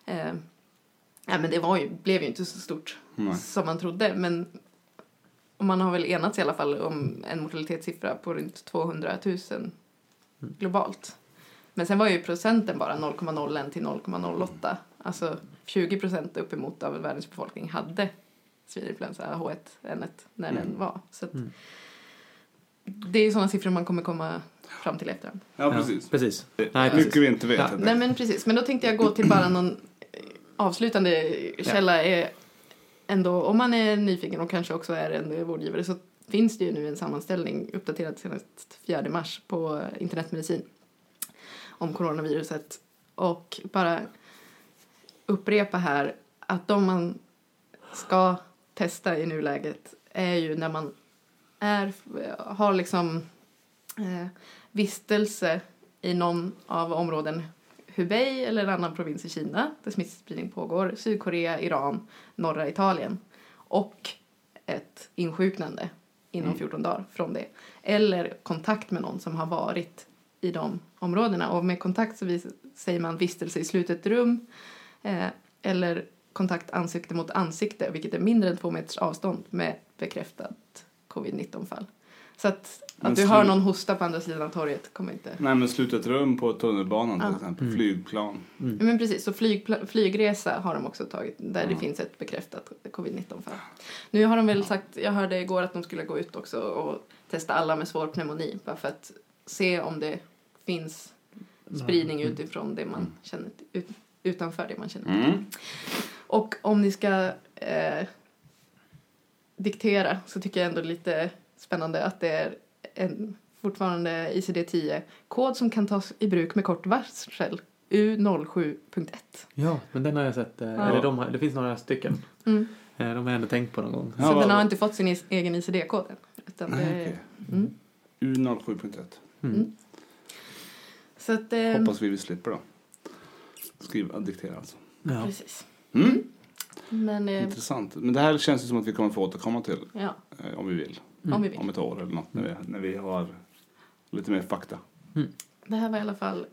[SPEAKER 3] eh, ja, men det var ju, blev ju inte så stort
[SPEAKER 1] Nej.
[SPEAKER 3] som man trodde men och man har väl enats i alla fall om en mortalitetssiffra på runt 200 000
[SPEAKER 1] Mm.
[SPEAKER 3] globalt. Men sen var ju procenten bara 0,01 till 0,08. Alltså 20 procent uppemot av världens befolkning hade svininfluensa H1N1 när den
[SPEAKER 1] Mm.
[SPEAKER 3] var. Så att
[SPEAKER 2] Mm.
[SPEAKER 3] Det är ju sådana siffror man kommer komma fram till efterhand.
[SPEAKER 1] Ja, precis.
[SPEAKER 2] precis.
[SPEAKER 1] Det-
[SPEAKER 2] Nej, precis.
[SPEAKER 1] Mycket vi inte vet.
[SPEAKER 2] Ja.
[SPEAKER 1] helt
[SPEAKER 3] Nej
[SPEAKER 1] enkelt.
[SPEAKER 3] men precis, men då tänkte jag gå till bara någon eh, avslutande källa är ändå, om man är nyfiken och kanske också är en vårdgivare så finns det ju nu en sammanställning uppdaterad senast 4 mars på internetmedicin om coronaviruset och bara upprepa här att de man ska testa i nuläget är ju när man är, har liksom eh, vistelse i någon av områden Hubei eller en annan provins i Kina där smittspridning pågår, Sydkorea, Iran, norra Italien och ett insjuknande inom
[SPEAKER 1] Mm.
[SPEAKER 3] 14 dagar från det. Eller kontakt med någon som har varit i de områdena. Och med kontakt så vis- säger man vistelse i slutet rum eh, eller kontakt ansikte mot ansikte vilket är mindre än två meters avstånd med bekräftat covid-19-fall. Så att,
[SPEAKER 1] Men
[SPEAKER 3] att du hör
[SPEAKER 1] slut-
[SPEAKER 3] någon hosta på andra sidan torget kommer inte...
[SPEAKER 1] Nej, men slutet rum på tunnelbanan till
[SPEAKER 3] Ja.
[SPEAKER 1] exempel,
[SPEAKER 2] Mm.
[SPEAKER 1] flygplan.
[SPEAKER 3] Ja, Men precis, så flygpla- flygresa har de också tagit där det
[SPEAKER 1] Mm.
[SPEAKER 3] finns ett bekräftat covid-19-fall. Nu har de väl sagt, jag hörde igår att de skulle gå ut också och testa alla med svår pneumoni bara för att se om det finns spridning utifrån det man känner till, ut, utanför det man känner till.
[SPEAKER 1] Mm.
[SPEAKER 3] Och om ni ska eh, diktera så tycker jag ändå lite spännande att det är en fortfarande ICD-10 kod som kan tas i bruk med kort varsel U07.1.
[SPEAKER 2] Ja, men den har jag sett. eh, Eller de har, det finns några stycken.
[SPEAKER 3] Mm.
[SPEAKER 2] Eh, De har jag ändå tänkt på någon gång.
[SPEAKER 1] Ja,
[SPEAKER 3] så
[SPEAKER 1] vad-
[SPEAKER 3] den har inte fått sin is- egen ICD-kod än. Utan det,
[SPEAKER 1] Nej, okej.
[SPEAKER 3] mm.
[SPEAKER 1] U07.1.
[SPEAKER 2] Mm.
[SPEAKER 3] Så att, eh,
[SPEAKER 1] Hoppas vi, vi slipper då. Skriva, diktera alltså.
[SPEAKER 2] Ja.
[SPEAKER 3] precis.
[SPEAKER 1] Mm.
[SPEAKER 3] Men eh,
[SPEAKER 1] Intressant. Men det här känns ju som att vi kommer få återkomma till
[SPEAKER 3] ja,
[SPEAKER 1] eh, om vi vill.
[SPEAKER 3] om vi vill.
[SPEAKER 1] om ett år eller något när vi, när vi har lite mer fakta.
[SPEAKER 3] Det här var i alla fall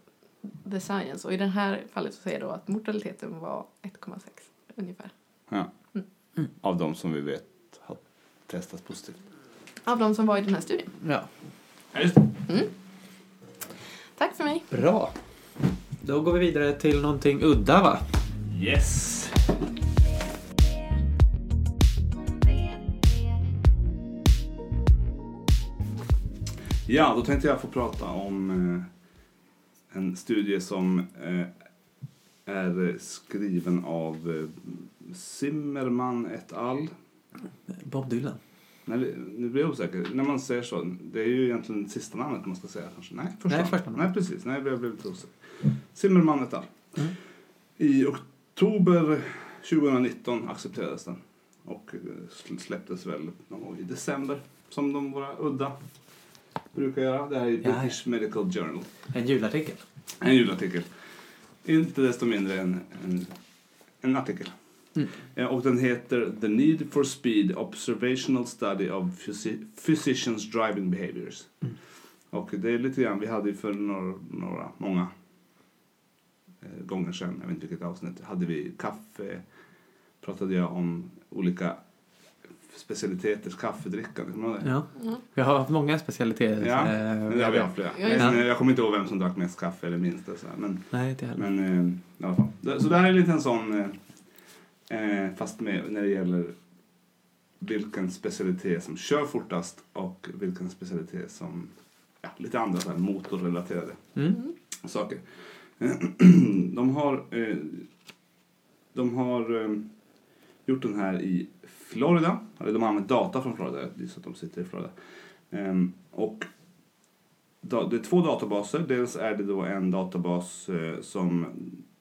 [SPEAKER 3] the science. Och i det här fallet så säger jag då att mortaliteten var 1,6 ungefär.
[SPEAKER 1] Ja. Av de som vi vet har testat positivt.
[SPEAKER 3] Av de som var i den här studien.
[SPEAKER 2] Ja.
[SPEAKER 3] Tack för mig.
[SPEAKER 2] Bra. Då går vi vidare till någonting udda va?
[SPEAKER 1] Yes! Ja, då tänkte jag få prata om eh, en studie som eh, är skriven av eh, Zimmerman et al.
[SPEAKER 2] Bob Dylan.
[SPEAKER 1] Nej, det- nu blir jag osäker. När man säger så, det är ju egentligen sista namnet man ska säga kanske. Nej, första.
[SPEAKER 2] Nej, första namnet.
[SPEAKER 1] Nej, precis. Nej, jag blev lite osäker. Zimmerman et al.
[SPEAKER 2] Mm.
[SPEAKER 1] I oktober 2019 accepterades den och eh, sl- släpptes väl någon gång i december som de våra udda brukar göra. Det här är
[SPEAKER 2] Ja.
[SPEAKER 1] British Medical Journal.
[SPEAKER 2] En julartikel.
[SPEAKER 1] En julartikel. Inte desto mindre en, en, en artikel.
[SPEAKER 2] Mm.
[SPEAKER 1] Eh, Och den heter The Need for Speed Observational Study of Physi- Physicians Driving Behaviors.
[SPEAKER 2] Mm.
[SPEAKER 1] Och det är lite grann, vi hade ju för några, några många eh, gånger sedan, jag vet inte vilket avsnitt, hade vi kaffe, pratade jag om olika specialiteters kaffedrickande. Kommer du ihåg det?
[SPEAKER 2] Ja.
[SPEAKER 3] Ja.
[SPEAKER 2] Vi har haft många specialiteter.
[SPEAKER 1] Ja,
[SPEAKER 2] Eh,
[SPEAKER 1] Det har vi haft flera.
[SPEAKER 3] Ja,
[SPEAKER 2] just
[SPEAKER 1] Men,
[SPEAKER 2] det.
[SPEAKER 1] eh, Jag kommer inte ihåg vem som drack mest kaffe eller minst. och Så här, men
[SPEAKER 2] Nej, inte heller.
[SPEAKER 1] men eh, i alla fall. Det- Så det här är lite en sån, eh, eh, fast med, när det gäller vilken specialitet som kör fortast och vilken specialitet som, ja, lite andra så här motorrelaterade
[SPEAKER 2] Mm.
[SPEAKER 1] saker. De har, eh, de har eh, gjort den här i Florida. Eller de har använt data från Florida. Det är så att de sitter i Florida. Ehm, och da, det är två databaser. Dels är det då en databas eh, som,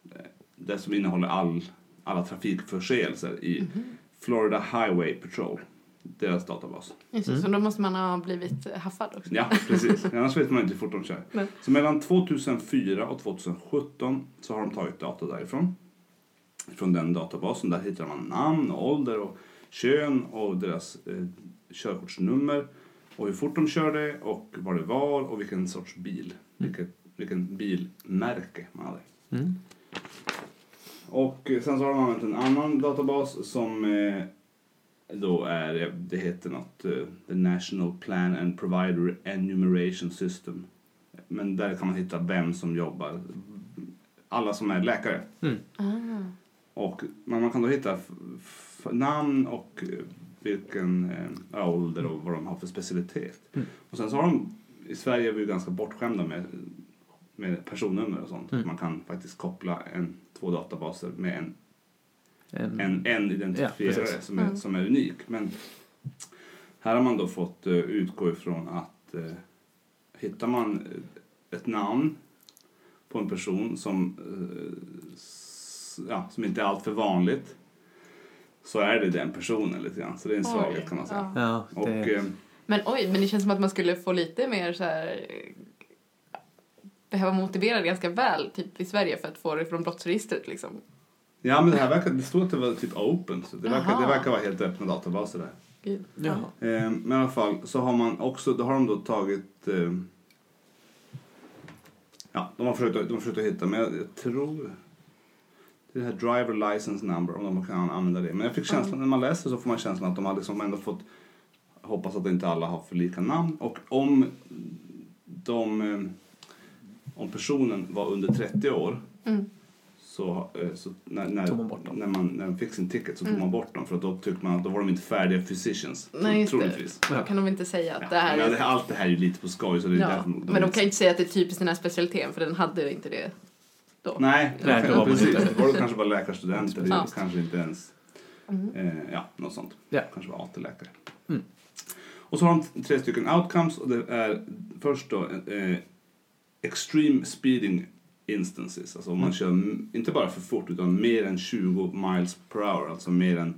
[SPEAKER 1] eh, där som innehåller all, alla trafikförseelser i
[SPEAKER 3] Mm. Mm-hmm.
[SPEAKER 1] Florida Highway Patrol. Deras databas.
[SPEAKER 3] Just det, Så då måste man ha blivit eh, haffad också.
[SPEAKER 1] Ja, precis. Annars vet man inte hur fort de kör.
[SPEAKER 3] Nej.
[SPEAKER 1] Så mellan 2004 och 2017 så har de tagit data därifrån. Från den databasen. Där hittar man namn, ålder och kön och deras eh, körkortsnummer och hur fort de körde och var det var och vilken sorts bil. Vilket, vilken bilmärke man hade.
[SPEAKER 2] Mm.
[SPEAKER 1] Och eh, sen så har de använt en annan databas som eh, då är, eh, det heter något, eh, The National Plan and Provider Enumeration System. Men där kan man hitta vem som jobbar, alla som är läkare.
[SPEAKER 3] Ah.
[SPEAKER 1] Och man, man kan då hitta f- f- namn och eh, vilken eh, ålder och vad de har för specialitet.
[SPEAKER 2] Mm.
[SPEAKER 1] Och sen så har de, i Sverige är vi ju ganska bortskämda med, med personnummer och sånt.
[SPEAKER 2] Mm.
[SPEAKER 1] Man kan faktiskt koppla en, två databaser med en
[SPEAKER 2] En,
[SPEAKER 1] en, en
[SPEAKER 2] Mm. Ja,
[SPEAKER 1] identifierare
[SPEAKER 2] precis.
[SPEAKER 1] som, är,
[SPEAKER 3] Mm.
[SPEAKER 1] som är unik. Men här har man då fått eh, utgå ifrån att eh, hittar man eh, ett namn på en person som, eh, s, ja, som inte är alltför vanligt så är det den personen lite grann. Så det är en
[SPEAKER 3] Oj,
[SPEAKER 1] svaghet kan man säga.
[SPEAKER 3] ja.
[SPEAKER 2] Ja, det...
[SPEAKER 1] Och, eh,
[SPEAKER 3] Men oj, men det känns som att man skulle få lite mer så här eh, behöva motivera det ganska väl typ i Sverige för att få det från brottsregistret liksom.
[SPEAKER 1] ja, men det här verkar, det står att det var typ open, så det verkar,
[SPEAKER 3] Jaha.
[SPEAKER 1] det verkar vara helt öppna databaser där.
[SPEAKER 3] Gud.
[SPEAKER 2] ja.
[SPEAKER 1] Eh, Men i alla fall så har man också, då har de då tagit eh, Ja, de har försökt, att- de har försökt att hitta, men jag, jag tror det är det här driver license number, om de kan använda det. Men jag fick känslan, när man läser så får man känslan att de har liksom ändå fått hoppas att inte alla har för lika namn. Och om de eh, om personen var under 30 år
[SPEAKER 3] Mm.
[SPEAKER 1] så, eh, så när, när,
[SPEAKER 2] Tog man bort dem. Mm.
[SPEAKER 1] när, man, när man fick sin ticket så tog man bort dem för att då tyckte man att då var de inte färdiga physicians.
[SPEAKER 3] Nej, just
[SPEAKER 1] troligtvis.
[SPEAKER 3] det. Då kan de inte säga att det här
[SPEAKER 1] Men
[SPEAKER 3] är...
[SPEAKER 1] det här- allt det här är ju lite på skoj så det är
[SPEAKER 3] ja.
[SPEAKER 1] därför
[SPEAKER 3] Men de kan ju inte säga att det är typiskt den här specialiteten för den hade inte det
[SPEAKER 1] Mm.
[SPEAKER 3] då.
[SPEAKER 1] Nej,
[SPEAKER 2] Nej, då var man
[SPEAKER 1] precis.
[SPEAKER 2] inte.
[SPEAKER 1] Då var det kanske bara läkarstudenter.
[SPEAKER 3] Ja.
[SPEAKER 1] Ja. Kanske inte ens...
[SPEAKER 3] Mm.
[SPEAKER 1] Eh, ja, något sånt.
[SPEAKER 2] Ja.
[SPEAKER 1] Kanske var AT-läkare.
[SPEAKER 2] Mm.
[SPEAKER 1] Och så har de t- tre stycken outcomes. Och det är först då eh, extreme speeding instances. Alltså om
[SPEAKER 2] Mm.
[SPEAKER 1] man kör m- inte bara för fort utan mer än 20 miles per hour. Alltså mer än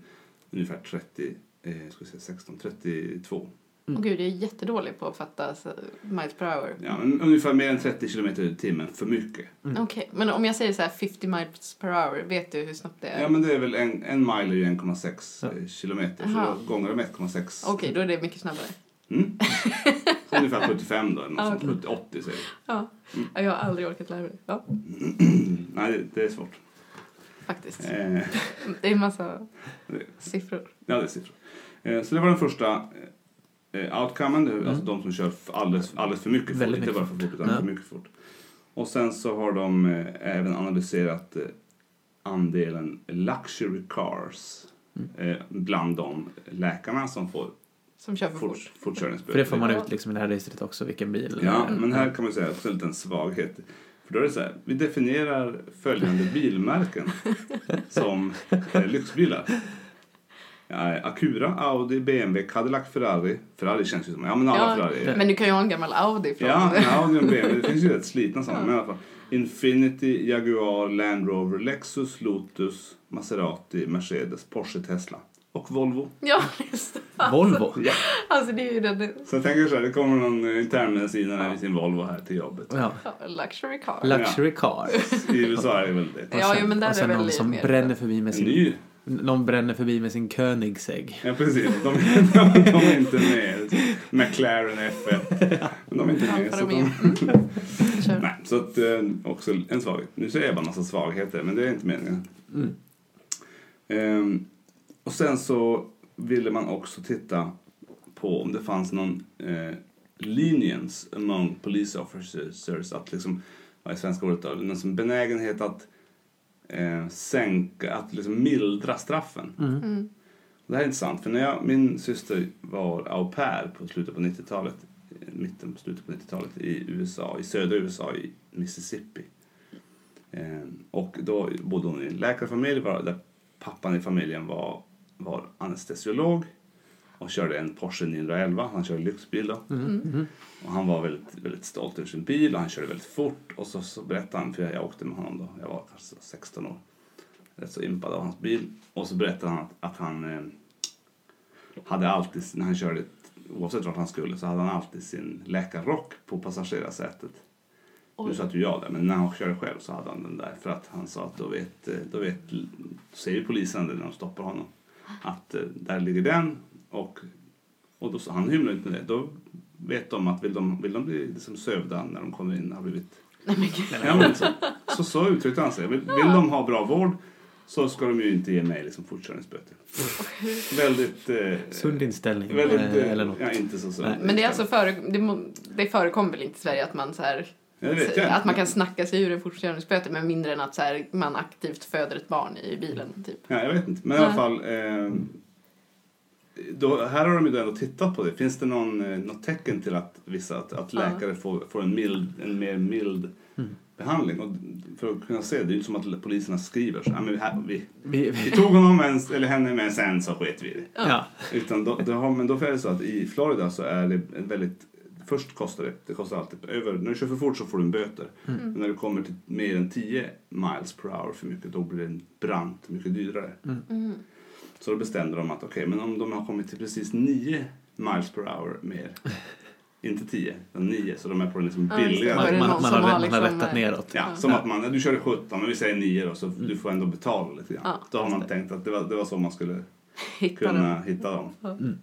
[SPEAKER 1] ungefär 30, eh, ska vi säga 16, 32.
[SPEAKER 2] Mm.
[SPEAKER 3] Och gud, jag är jättedålig på att fatta så, miles per hour.
[SPEAKER 1] Ja, men ungefär mer än 30 kilometer i timmen för mycket.
[SPEAKER 2] Mm.
[SPEAKER 3] Okej, men om jag säger så här 50 miles per hour, vet du hur snabbt det är?
[SPEAKER 1] Ja, men det är väl en, en mile är ju 1,6
[SPEAKER 2] Ja.
[SPEAKER 1] eh, kilometer.
[SPEAKER 3] Aha.
[SPEAKER 1] Så då gånger de 1,6.
[SPEAKER 3] Okej, då är det mycket snabbare.
[SPEAKER 1] Mm. Så ungefär 75 då, eller
[SPEAKER 3] Ja,
[SPEAKER 1] något
[SPEAKER 3] okej.
[SPEAKER 1] sånt. 80 säger vi.
[SPEAKER 3] Ja. Ja, Jag har aldrig orkat lära mig det. Ja,
[SPEAKER 1] Nej, det- det är svårt.
[SPEAKER 3] faktiskt.
[SPEAKER 1] Eh,
[SPEAKER 3] Det är en massa siffror.
[SPEAKER 1] ja, det är siffror. Eh, så det var den första eh, outcomen, det är alltså de som kör f- alldeles, alldeles för mycket fort.
[SPEAKER 2] Mm. Väldigt
[SPEAKER 1] Inte
[SPEAKER 2] mycket
[SPEAKER 1] bara för fort, utan
[SPEAKER 2] Ja.
[SPEAKER 1] för mycket fort. Och sen så har de eh, även analyserat eh, andelen luxury cars
[SPEAKER 2] Mm.
[SPEAKER 1] eh, bland de läkarna som får
[SPEAKER 3] Som kör för fort.
[SPEAKER 1] fort, fortkörningsböter.
[SPEAKER 2] För det får man ut liksom i det här registret också, vilken bil.
[SPEAKER 1] Ja, men här kan man säga också en liten svaghet. För då är det så här, vi definierar följande bilmärken som eh, lyxbilar. Eh, Acura, Audi, BMW, Cadillac, Ferrari. Ferrari känns ju som, ja men alla
[SPEAKER 3] Ja,
[SPEAKER 1] Ferrari. är-
[SPEAKER 3] men du kan ju ha en gammal Audi från...
[SPEAKER 1] Ja, en Audi och en BMW, det finns ju rätt slitna sådana. Men i alla fall. Infinity, Jaguar, Land Rover, Lexus, Lotus, Maserati, Mercedes, Porsche, Tesla. Och Volvo.
[SPEAKER 3] Ja, just det.
[SPEAKER 2] Volvo.
[SPEAKER 1] Ja.
[SPEAKER 3] Alltså det är ju den...
[SPEAKER 1] Så jag tänker så här, det kommer någon eh, internmedicinare med sin Volvo här till jobbet.
[SPEAKER 2] Ja.
[SPEAKER 3] Ja, luxury car.
[SPEAKER 2] Luxury car.
[SPEAKER 1] I USA är det väl det.
[SPEAKER 2] Och
[SPEAKER 3] Ja,
[SPEAKER 2] sen-
[SPEAKER 3] jo, men där
[SPEAKER 2] och sen
[SPEAKER 3] är väl
[SPEAKER 2] någon
[SPEAKER 3] lite
[SPEAKER 2] som
[SPEAKER 3] mer-
[SPEAKER 2] bränner förbi med
[SPEAKER 1] En
[SPEAKER 2] sin,
[SPEAKER 1] ny?
[SPEAKER 2] någon bränner förbi med sin Koenigsegg.
[SPEAKER 1] Ja precis, de, de, de är inte med. McLaren F1. Men de är inte med.
[SPEAKER 3] Alfa
[SPEAKER 1] Så,
[SPEAKER 3] Romeo.
[SPEAKER 1] de,
[SPEAKER 3] Mm. Kör.
[SPEAKER 1] nej, så att, eh, också en svaghet. Nu säger jag bara en massa svagheter, men det är inte meningen.
[SPEAKER 2] Mm.
[SPEAKER 1] Ehm, och sen så ville man också titta på om det fanns någon eh, lenience among police officers. Att liksom, vad är svenska ordet då? Någon som benägenhet att eh, sänka, att liksom mildra straffen.
[SPEAKER 3] Mm.
[SPEAKER 1] Det här är intressant, för när jag, min syster var au pair på slutet på 90-talet, eh, mitten på slutet på 90-talet i USA, i södra USA, i Mississippi. Eh, och då bodde hon i en läkarfamilj var, där pappan i familjen var, var anestesiolog och körde en Porsche 911, han körde lyxbil då. Och han var väldigt, väldigt stolt över sin bil och han körde väldigt fort. Och så, så berättade han, för jag, jag åkte med honom då, jag var kanske 16 år, rätt så impad av hans bil. Och så berättade han att, att han eh, hade alltid, när han körde, oavsett vart han skulle, så hade han alltid sin läkarrock på passagerarsätet. Nu
[SPEAKER 3] Oj.
[SPEAKER 1] satt ju jag där, men när han körde själv så hade han den där. För att han sa att då vet, eh, då vet då ser ju polisen det när de stoppar honom. Att eh, där ligger den och, och då, sa- han hymlade inte med det. Då vet de att vill de, vill de bli liksom sövda när de kommer in har blivit...
[SPEAKER 3] Nej, men gud.
[SPEAKER 1] Ja, men så, så, så uttryckte han sig. Vill, vill de ha bra vård så ska de ju inte ge mig liksom fortkörningsböter. Väldigt... Eh,
[SPEAKER 2] Sund inställning.
[SPEAKER 1] Väldigt,
[SPEAKER 2] eh,
[SPEAKER 1] eh,
[SPEAKER 2] eller något.
[SPEAKER 1] Ja, inte så sunt.
[SPEAKER 3] Men det är alltså före, det, må- det förekommer väl inte i Sverige att man så här,
[SPEAKER 1] Ja, det vet jag inte.
[SPEAKER 3] att man kan snacka sig ur en fortkörningsböter med mindre än att så här, man aktivt föder ett barn i bilen typ.
[SPEAKER 1] Ja, jag vet inte. Men i
[SPEAKER 3] Nej.
[SPEAKER 1] alla fall. Eh, då, här har de ju då ändå tittat på det. Finns det någon, eh, något tecken till att vissa att, att
[SPEAKER 3] Ja. Mm.
[SPEAKER 1] läkare får, får en, mild, en mer mild behandling? Och för att kunna se, det är ju inte som att poliserna skriver så här, men här, vi,
[SPEAKER 2] Vi,
[SPEAKER 1] vi
[SPEAKER 2] vi,
[SPEAKER 1] tog honom en, eller henne med en sen så sket vi i det.
[SPEAKER 2] ja.
[SPEAKER 1] Utan då, då har, men då är det så att i Florida så är det en väldigt... Först kostar det, det kostar alltid över, när du kör för fort så får du en böter.
[SPEAKER 3] Mm.
[SPEAKER 1] Men när du kommer till mer än 10 miles per hour för mycket då blir det en brant mycket dyrare. Mm. Så då bestämde de att okej, men om de har kommit till precis 9 miles per hour mer, inte 10, utan 9, så de är på den liksom
[SPEAKER 3] Ja, just det.
[SPEAKER 1] billigare.
[SPEAKER 3] Var
[SPEAKER 2] Man,
[SPEAKER 3] det
[SPEAKER 2] man,
[SPEAKER 3] någon
[SPEAKER 2] man,
[SPEAKER 3] som
[SPEAKER 2] har,
[SPEAKER 3] har
[SPEAKER 2] man har
[SPEAKER 3] liksom,
[SPEAKER 2] rättat
[SPEAKER 3] eh,
[SPEAKER 2] neråt.
[SPEAKER 1] Ja, som att man, ja, du körde 17 men vi säger 9 då så
[SPEAKER 2] Mm.
[SPEAKER 1] du får ändå betala lite grann.
[SPEAKER 3] Ja,
[SPEAKER 1] då har
[SPEAKER 3] just
[SPEAKER 1] man tänkt att det var, det var så man skulle
[SPEAKER 3] Hitta
[SPEAKER 1] kunna
[SPEAKER 3] den.
[SPEAKER 1] hitta dem.
[SPEAKER 3] Ja.
[SPEAKER 2] Mm.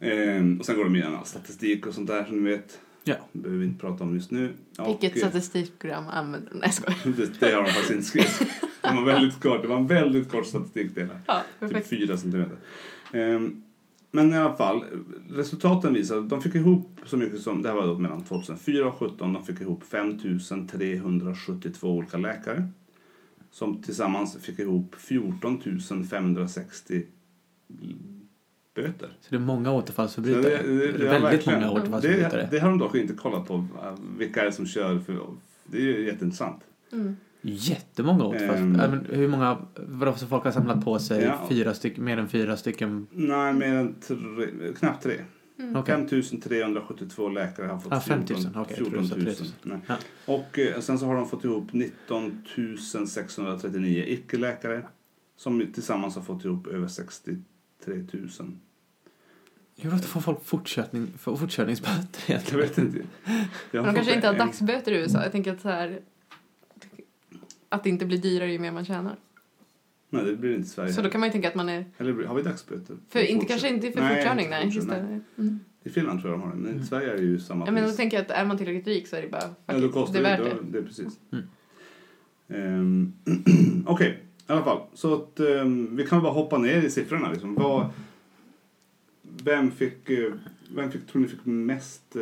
[SPEAKER 1] Ehm, och sen går de igenom all statistik och sånt där som ni vet.
[SPEAKER 2] Ja.
[SPEAKER 1] Det behöver vi inte prata om just nu. Ja,
[SPEAKER 3] Vilket
[SPEAKER 1] och, eh,
[SPEAKER 3] statistikprogram använder de? Nej, jag skojar.
[SPEAKER 1] det, det har de faktiskt inte skrivit. Det var, väldigt kort, det var en väldigt kort statistikdel här.
[SPEAKER 3] Ja,
[SPEAKER 1] Typ
[SPEAKER 3] perfekt.
[SPEAKER 1] 4 centimeter. Ehm, men i alla fall, resultaten visar att de fick ihop så mycket som, det här var då mellan 2004 och 2017, de fick ihop 5372 olika läkare. Som tillsammans fick ihop 14 560 böter.
[SPEAKER 2] Så det är många
[SPEAKER 1] Så
[SPEAKER 2] återfallsförbrytare.
[SPEAKER 1] det- det- det- det har
[SPEAKER 2] väldigt
[SPEAKER 1] verkligen-
[SPEAKER 2] många återfallsförbrytare.
[SPEAKER 1] Det, det har de dock inte kollat på, eh, vilka är det som kör. För, det är ju jätteintressant.
[SPEAKER 3] Mm.
[SPEAKER 2] Jättemånga
[SPEAKER 1] Ehm.
[SPEAKER 2] återfallsförbrytare. Um, hur många, vadå, så folk har samlat på sig
[SPEAKER 1] Ja.
[SPEAKER 2] fyra styck, mer än fyra stycken?
[SPEAKER 1] Nej, mer än tre, knappt tre.
[SPEAKER 3] Mm.
[SPEAKER 2] Okej.
[SPEAKER 1] 5372 läkare har fått
[SPEAKER 2] Ah, 5 000. Okej, jag tror
[SPEAKER 1] 14
[SPEAKER 2] du
[SPEAKER 1] 000.
[SPEAKER 2] sa 3 000.
[SPEAKER 1] Nej.
[SPEAKER 2] Ja.
[SPEAKER 1] Och eh, sen så har de fått ihop 19 639 icke-läkare som ju tillsammans har fått ihop över 63 000.
[SPEAKER 2] Hur ofta får folk fortkörning, får fortkörningsböter
[SPEAKER 1] Jag
[SPEAKER 2] egentligen?
[SPEAKER 1] vet inte. Jag
[SPEAKER 3] Men de kanske
[SPEAKER 1] fått
[SPEAKER 3] inte har
[SPEAKER 1] en-
[SPEAKER 3] dagsböter i USA. Jag tänker att så här, att det inte blir dyrare ju mer man tjänar.
[SPEAKER 1] Nej, det blir inte i Sverige.
[SPEAKER 3] Så då kan man ju tänka att man är...
[SPEAKER 1] Eller blir- har vi dagsböter?
[SPEAKER 3] För, inte,
[SPEAKER 1] Fortsätt.
[SPEAKER 3] kanske inte för
[SPEAKER 1] Nej,
[SPEAKER 3] fortkörning,
[SPEAKER 1] inte
[SPEAKER 3] nej.
[SPEAKER 1] fortkörning,
[SPEAKER 3] Just det. Mm.
[SPEAKER 1] I Finland tror jag de har det, men i Sverige är det ju samma
[SPEAKER 3] Ja, men då tänker jag att är man tillräckligt rik så är det bara... fuck
[SPEAKER 1] Ja, då
[SPEAKER 3] it,
[SPEAKER 1] kostar
[SPEAKER 3] det är värt
[SPEAKER 1] det.
[SPEAKER 3] det.
[SPEAKER 1] Då, det är precis.
[SPEAKER 2] Mm.
[SPEAKER 1] Ehm, Okej, i alla fall. Så att, ehm, vi kan bara hoppa ner i siffrorna. Liksom. Vad, vem fick, eh, vem fick, tror ni fick mest... eh,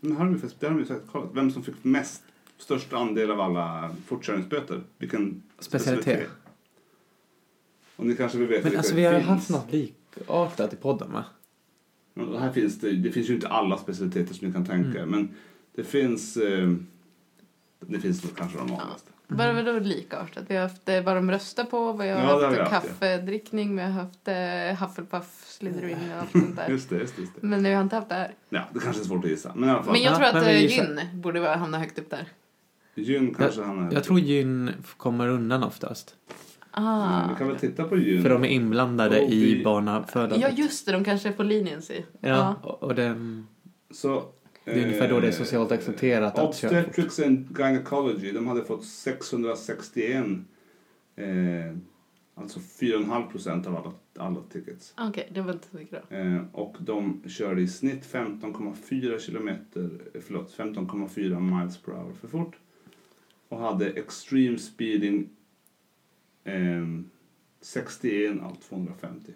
[SPEAKER 1] Det här har vi, fest- det här har vi säkert kollat. Vem som fick mest, störst andel av alla fortkörningsböter? Vilken
[SPEAKER 2] Specialitet.
[SPEAKER 1] Och ni kanske vill veta
[SPEAKER 5] Men
[SPEAKER 1] vilka
[SPEAKER 5] alltså
[SPEAKER 1] det
[SPEAKER 5] vi har ju
[SPEAKER 1] finns.
[SPEAKER 5] haft något likartat i podden va?
[SPEAKER 1] Men det Här finns det, det finns ju inte alla specialiteter som ni kan tänka er,
[SPEAKER 2] Mm.
[SPEAKER 1] men det finns... Eh, det finns nog kanske de vanligaste.
[SPEAKER 3] Vad var då likartat? Vi har haft eh, vad de röstar på, vi har
[SPEAKER 1] Ja, det har vi
[SPEAKER 3] haft
[SPEAKER 1] haft, ja.
[SPEAKER 3] kaffedrickning, vi har haft eh, Hufflepuff, Slytherin och allt sånt där.
[SPEAKER 1] Just det, just det. Just det.
[SPEAKER 3] Men vi har inte haft det här.
[SPEAKER 1] Ja, det kanske är svårt att gissa. Men i alla fall,
[SPEAKER 3] Men jag
[SPEAKER 2] Ja,
[SPEAKER 3] tror
[SPEAKER 2] men
[SPEAKER 3] att
[SPEAKER 2] vi
[SPEAKER 3] eh,
[SPEAKER 2] gissar.
[SPEAKER 3] gin borde vara- hamna högt upp där.
[SPEAKER 1] gyn kanske han är...
[SPEAKER 2] Jag tror gyn f- kommer undan oftast.
[SPEAKER 1] Mm,
[SPEAKER 3] Ah.
[SPEAKER 1] Vi kan väl titta på gyn.
[SPEAKER 2] För de är inblandade
[SPEAKER 1] Och vi-
[SPEAKER 2] i barnafödandet.
[SPEAKER 3] Ja, just det, de kanske är på leniency.
[SPEAKER 2] Ja, och och den,
[SPEAKER 1] Så, eh,
[SPEAKER 2] det är ungefär då det är socialt accepterat att köra fort.
[SPEAKER 1] Obstetrics and Gynecology, de hade fått 661, eh, alltså 4,5 procent av alla, alla tickets.
[SPEAKER 3] Ah. Okej, det var inte så mycket då.
[SPEAKER 1] Eh, och de körde i snitt 15,4 kilometer, eh, förlåt, 15,4 miles per hour för fort. Och hade extreme speeding ehm, 61 av 250.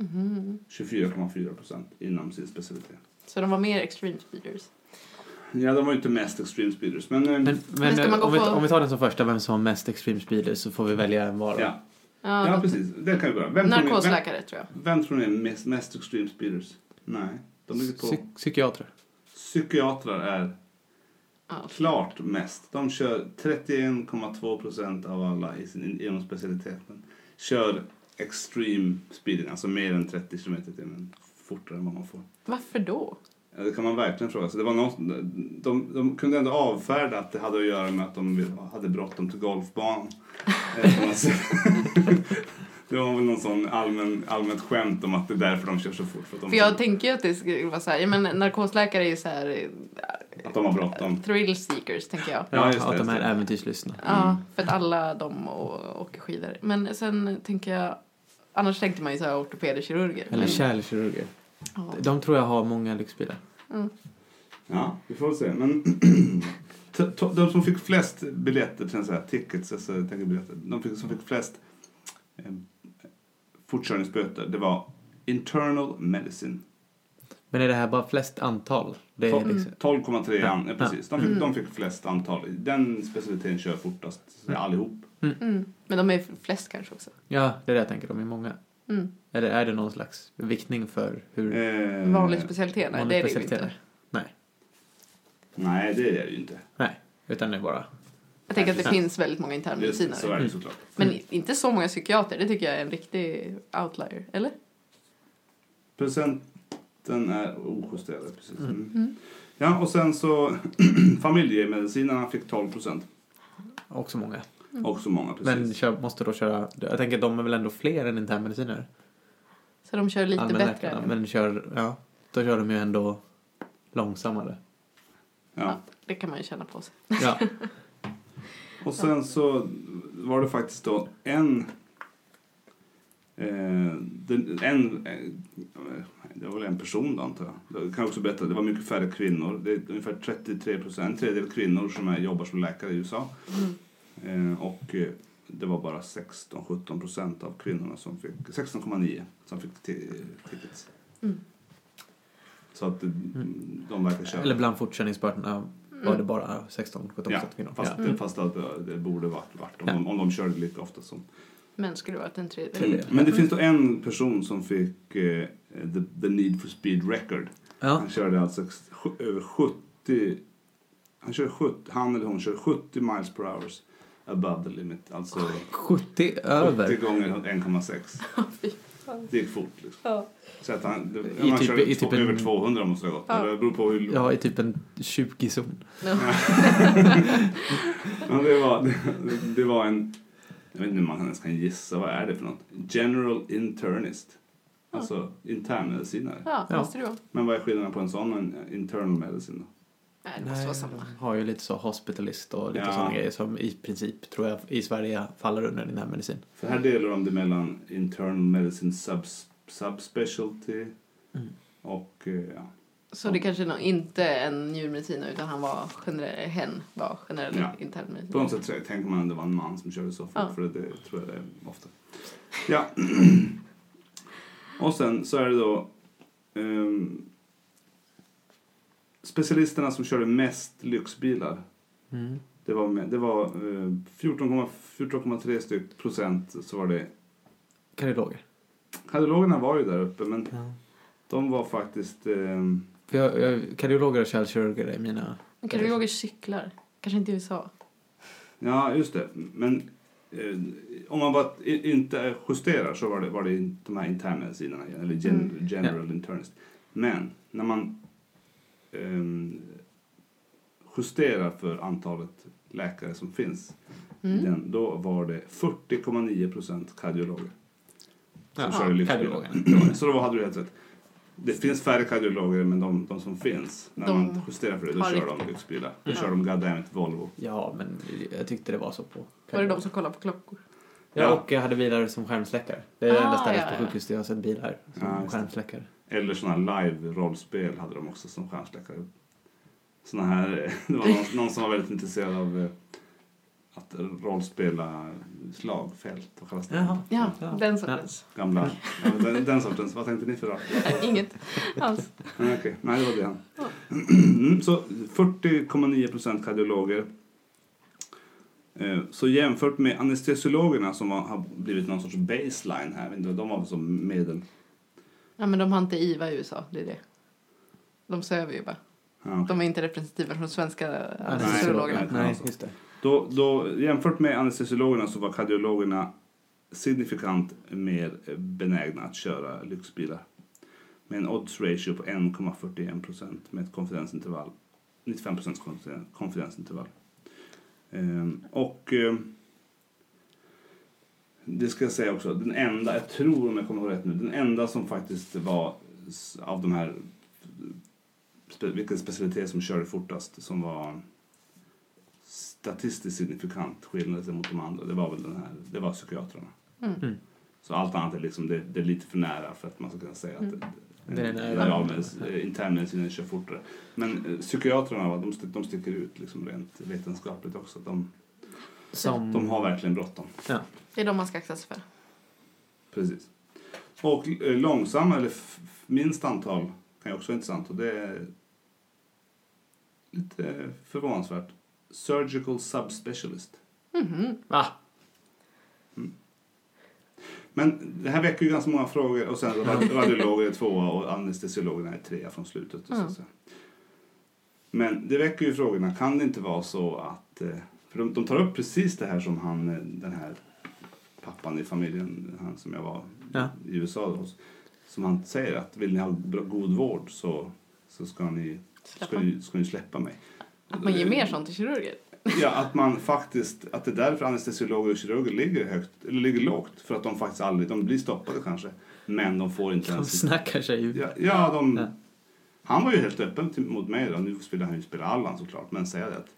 [SPEAKER 1] Mm.
[SPEAKER 3] Mhm.
[SPEAKER 1] 24,4 procent inom sin specialitet.
[SPEAKER 3] Så de var mer extreme speeders.
[SPEAKER 1] Ja, de var ju inte mest extreme speeders, men... eh,
[SPEAKER 2] Men, men,
[SPEAKER 3] Men ska man gå
[SPEAKER 2] om, vi,
[SPEAKER 3] på-
[SPEAKER 2] om vi tar den som första, vem som har mest extreme speeder, så får vi välja en var.
[SPEAKER 1] ja.
[SPEAKER 3] Ja,
[SPEAKER 1] ja,
[SPEAKER 3] något-
[SPEAKER 1] precis. Det kan vi börja. Vem tror ni, vem,
[SPEAKER 3] Narkosläkare tror jag.
[SPEAKER 1] vem tror ni är mest, mest extreme speeders? Nej, de ligger på...
[SPEAKER 2] Psy- psykiatrer.
[SPEAKER 1] Psykiatrar är
[SPEAKER 3] Ja.
[SPEAKER 1] klart mest. De kör 31,2 procent av alla i sin, inom specialiteten. Kör extreme speeding, alltså mer än 30 km i timmen fortare än vad man får.
[SPEAKER 3] Varför då?
[SPEAKER 1] Ja, det kan man verkligen fråga sig. Det var något, de, de kunde ändå avfärda att det hade att göra med att de vill- hade bråttom till golfbanan. Eh, på något sätt. det var väl någon sån allmän, allmänt skämt om att det är därför de kör så fort. För att de,
[SPEAKER 3] För jag tänker ju att det skulle vara så här, ja, men narkosläkare är ju så här eh,
[SPEAKER 1] att de har bråttom.
[SPEAKER 3] thrill seekers tänker jag.
[SPEAKER 1] Ja,
[SPEAKER 2] Ja,
[SPEAKER 1] just det,
[SPEAKER 2] att de
[SPEAKER 1] just
[SPEAKER 2] är
[SPEAKER 1] det.
[SPEAKER 2] äventyrslystna.
[SPEAKER 3] Ja, för att alla de och, åker skidor. Men sen tänker jag, annars tänkte man ju så här ortopeder, kirurger.
[SPEAKER 2] Eller kärlkirurger.
[SPEAKER 3] ja. Mm.
[SPEAKER 2] De tror jag har många lyxbilar.
[SPEAKER 1] Ja, vi får väl se. Men t- t- de som fick flest biljetter, till så här, tickets, alltså, jag tänker biljetter, de fick, som fick flest eh, fortkörningsböter, det var internal medicin.
[SPEAKER 2] Men är det här bara flest antal? Det är
[SPEAKER 1] Tol- mm,
[SPEAKER 3] Mm.
[SPEAKER 2] liksom,
[SPEAKER 1] 12,3 an, ja, precis. De fick, de fick flest antal. Den specialiteten kör fortast så allihop.
[SPEAKER 3] Mm. Men de är flest kanske också.
[SPEAKER 2] ja, det är det jag tänker. De är många.
[SPEAKER 3] Mm.
[SPEAKER 2] Eller är det någon slags viktning för hur...
[SPEAKER 1] Eh,
[SPEAKER 3] Vanlig specialitet? Nej,
[SPEAKER 2] Vanlig
[SPEAKER 3] det är det ju
[SPEAKER 2] specialitet.
[SPEAKER 3] inte.
[SPEAKER 2] Nej,
[SPEAKER 1] Nej, det är det ju inte.
[SPEAKER 2] nej. Utan det är bara...
[SPEAKER 3] Jag tänker att det
[SPEAKER 2] Ja.
[SPEAKER 3] finns väldigt många
[SPEAKER 1] Just, så
[SPEAKER 3] internmedicinare.
[SPEAKER 1] är det Mm. såklart.
[SPEAKER 3] Men inte så många psykiater, det tycker jag är en riktig outlier. Eller?
[SPEAKER 1] Procenten är ojusterad, precis. Mm. Ja, och sen så familjemedicinerna fick 12 procent.
[SPEAKER 2] Också många.
[SPEAKER 1] Också många, precis.
[SPEAKER 2] Men kör, måste då köra... Jag tänker att de är väl ändå fler än internmediciner?
[SPEAKER 3] Så de kör lite bättre.
[SPEAKER 2] Allmänläkarna. Men kör... Ja. Då kör de ju ändå långsammare.
[SPEAKER 1] Ja.
[SPEAKER 3] Det kan man ju känna på sig.
[SPEAKER 2] Ja.
[SPEAKER 1] Och sen så var det faktiskt då en... Eh, den, en eh, det var väl en person då, antar jag. Jag kan också berätta, det var mycket färre kvinnor. Det är ungefär 33 procent, en tredjedel kvinnor som är, jobbar som läkare i USA. Eh, och eh, det var bara 16-17 procent av kvinnorna som fick, 16,9 som fick ti- tickets.
[SPEAKER 3] Mm.
[SPEAKER 1] Så att eh, de verkar köra.
[SPEAKER 2] Eller bland fortkörningsbörterna var det bara 16-17
[SPEAKER 1] Ja,
[SPEAKER 2] procent kvinnor.
[SPEAKER 1] fast,
[SPEAKER 2] Ja.
[SPEAKER 1] fast att det, det borde varit, varit om,
[SPEAKER 2] Ja.
[SPEAKER 1] de, om de körde lika ofta som
[SPEAKER 3] Men skulle det varit en tredjedel?
[SPEAKER 1] Mm. Men det finns då en person som fick eh, the, the Need for Speed Record.
[SPEAKER 2] Ja.
[SPEAKER 1] Han körde alltså ex- sj- över 70... Han, kör 70, han eller hon kör 70 miles per hour above the limit. Alltså
[SPEAKER 2] 70
[SPEAKER 1] 70
[SPEAKER 2] över.
[SPEAKER 1] gånger 1,6. Det gick fort liksom.
[SPEAKER 3] Ja.
[SPEAKER 1] Så att han, det,
[SPEAKER 2] I
[SPEAKER 1] han
[SPEAKER 2] typ-
[SPEAKER 1] körde
[SPEAKER 2] i
[SPEAKER 1] två,
[SPEAKER 2] typ en-
[SPEAKER 1] över 200 måste det ha gått.
[SPEAKER 3] Ja.
[SPEAKER 1] Det beror på hur...
[SPEAKER 2] Ja, i typ en 20-zon.
[SPEAKER 1] Men det, var, det, det var en... Jag vet inte om man ens kan gissa vad är det för något. General internist. Alltså internmedicinare.
[SPEAKER 3] Ja,
[SPEAKER 2] Ja.
[SPEAKER 3] måste det vara.
[SPEAKER 1] Men vad är skillnaden på en sån och en internal medicin då?
[SPEAKER 3] Nej, det måste vara samma.
[SPEAKER 2] de har ju lite så hospitalist och lite
[SPEAKER 1] Ja.
[SPEAKER 2] sådana grejer som i princip tror jag i Sverige faller under den här medicin.
[SPEAKER 1] För här delar de det mellan internal medicine subs, subspecialty och eh, ja.
[SPEAKER 3] Så det kanske nog inte är en njurmedicin utan han var generell, hen var generell
[SPEAKER 1] Ja.
[SPEAKER 3] internmedicin.
[SPEAKER 1] På något sätt tror jag- tänker man att det var en man som körde så fort
[SPEAKER 3] Ja.
[SPEAKER 1] för det tror jag det är ofta. Ja. Och sen så är det då ehm, specialisterna som körde mest lyxbilar. Det var, med, det var eh, 14,3 14,3 styck procent så var det
[SPEAKER 2] Kardiologer.
[SPEAKER 1] Kardiologerna var ju där uppe men de var faktiskt ehm,
[SPEAKER 2] För jag, jag, kardiologer och kärlkirurger är mina...
[SPEAKER 3] Men Kardiologer cyklar. Kanske inte i USA.
[SPEAKER 1] Ja, just det. Men eh, om man bara i- inte justerar så var det, var det in- de här interna sidorna, eller
[SPEAKER 3] Mm.
[SPEAKER 1] gen, general internist. Men när man ehm, justerar för antalet läkare som finns
[SPEAKER 3] Mm.
[SPEAKER 1] den, då var det 40,9 procent kardiologer. Som
[SPEAKER 2] Ja,
[SPEAKER 1] körde lyftbilar.
[SPEAKER 2] kardiologerna.
[SPEAKER 1] Så då hade du helt rätt. Det finns färre kardiologer, men de, de som finns, när
[SPEAKER 3] De
[SPEAKER 1] man justerar för det, då
[SPEAKER 3] har
[SPEAKER 1] kör
[SPEAKER 3] riktigt.
[SPEAKER 1] de lyxbilar. Då kör de goddammit Volvo.
[SPEAKER 2] Ja, men jag tyckte det var så på...
[SPEAKER 3] Var det de som kollade på klockor?
[SPEAKER 2] Ja, och jag hade bilar som skärmsläckare. Det är det
[SPEAKER 3] Ah,
[SPEAKER 2] enda stället
[SPEAKER 3] ja,
[SPEAKER 2] på
[SPEAKER 3] ja.
[SPEAKER 2] sjukhuset jag har sett bilar som
[SPEAKER 1] Ja, just det.
[SPEAKER 2] skärmsläckare.
[SPEAKER 1] Eller såna live-rollspel hade de också som stjärnsläckare. Såna här, det var någon, någon som var väldigt intresserad av eh, att rollspela slagfält och kallas det.
[SPEAKER 2] Jaha.
[SPEAKER 3] Ja,
[SPEAKER 2] Ja.
[SPEAKER 3] den sortens.
[SPEAKER 1] Gamla, ja, den, den sortens. Vad tänkte ni för rakt?
[SPEAKER 3] Inget alls.
[SPEAKER 1] Nej, okej. Nej, det var det han. Mm, Så 40,9 procent kardiologer. Eh, Så jämfört med anestesiologerna som har- har blivit någon sorts baseline här, vet inte vad de var väl som medel.
[SPEAKER 3] Ja, men de har inte IVA i USA, det är det. De söver ju bara.
[SPEAKER 1] Ja,
[SPEAKER 3] De är inte representativa från svenska
[SPEAKER 1] Nej,
[SPEAKER 3] anestesiologerna.
[SPEAKER 1] nej,
[SPEAKER 2] Nej,
[SPEAKER 1] alltså.
[SPEAKER 2] just det.
[SPEAKER 1] Då, då, jämfört med anestesiologerna så var kardiologerna signifikant mer benägna att köra lyxbilar. Med en odds ratio på 1,41 procent med ett konfidensintervall. 95 procents konfiden- konfidensintervall. Ehm, och ehm, det ska jag säga också, den enda, jag tror om jag kommer ihåg rätt nu, den enda som faktiskt var s- av de här, spe, vilken specialitet som körde fortast, som var statistiskt signifikant skillnad mot de andra, det var väl den här, det var psykiatrarna.
[SPEAKER 3] Mm.
[SPEAKER 2] Mm.
[SPEAKER 1] Så allt annat är liksom, det, det är lite för nära för att man ska kunna säga att
[SPEAKER 3] Mm.
[SPEAKER 1] en-
[SPEAKER 2] Det är nära.
[SPEAKER 1] ja, men, eh, internmedicinen kör fortare. Men eh, psykiatrarna, va, de, st- de sticker ut liksom rent vetenskapligt också. De,
[SPEAKER 2] Som...
[SPEAKER 1] de har verkligen bråttom.
[SPEAKER 3] Det är de man ska akta sig för.
[SPEAKER 1] Precis. Och eh, långsamma, eller f- f- minst antal, kan ju också vara intressant. Och det är lite förvånansvärt. Surgical subspecialist.
[SPEAKER 3] Mhm.
[SPEAKER 2] Va?
[SPEAKER 1] Men det här väcker ju ganska många frågor. Och sen rad- radiologer är tvåa och anestesiologerna är trea från slutet.
[SPEAKER 3] Mm.
[SPEAKER 1] Så att säga. Men det väcker ju frågorna. Kan det inte vara så att... eh, För de, de tar upp precis det här som han, eh, den här pappan i familjen, han som jag var
[SPEAKER 2] Ja.
[SPEAKER 1] i USA hos. Som han säger att vill ni ha bra, god vård så, så ska, ni, ska,
[SPEAKER 3] Släppa.
[SPEAKER 1] ni, ska ni släppa mig.
[SPEAKER 3] Att man ger mer sånt till kirurger.
[SPEAKER 1] Ja, att man faktiskt, att det är därför anestesiologer och kirurger ligger högt, eller ligger lågt. För att de faktiskt aldrig, de blir stoppade kanske. Men de får inte
[SPEAKER 2] De
[SPEAKER 1] ens...
[SPEAKER 2] snackar sig ut.
[SPEAKER 1] Ja, ja, de...
[SPEAKER 2] Ja.
[SPEAKER 1] Han var ju helt öppen till, mot mig då. Nu spelar han ju spela Allan såklart. Men säga det att,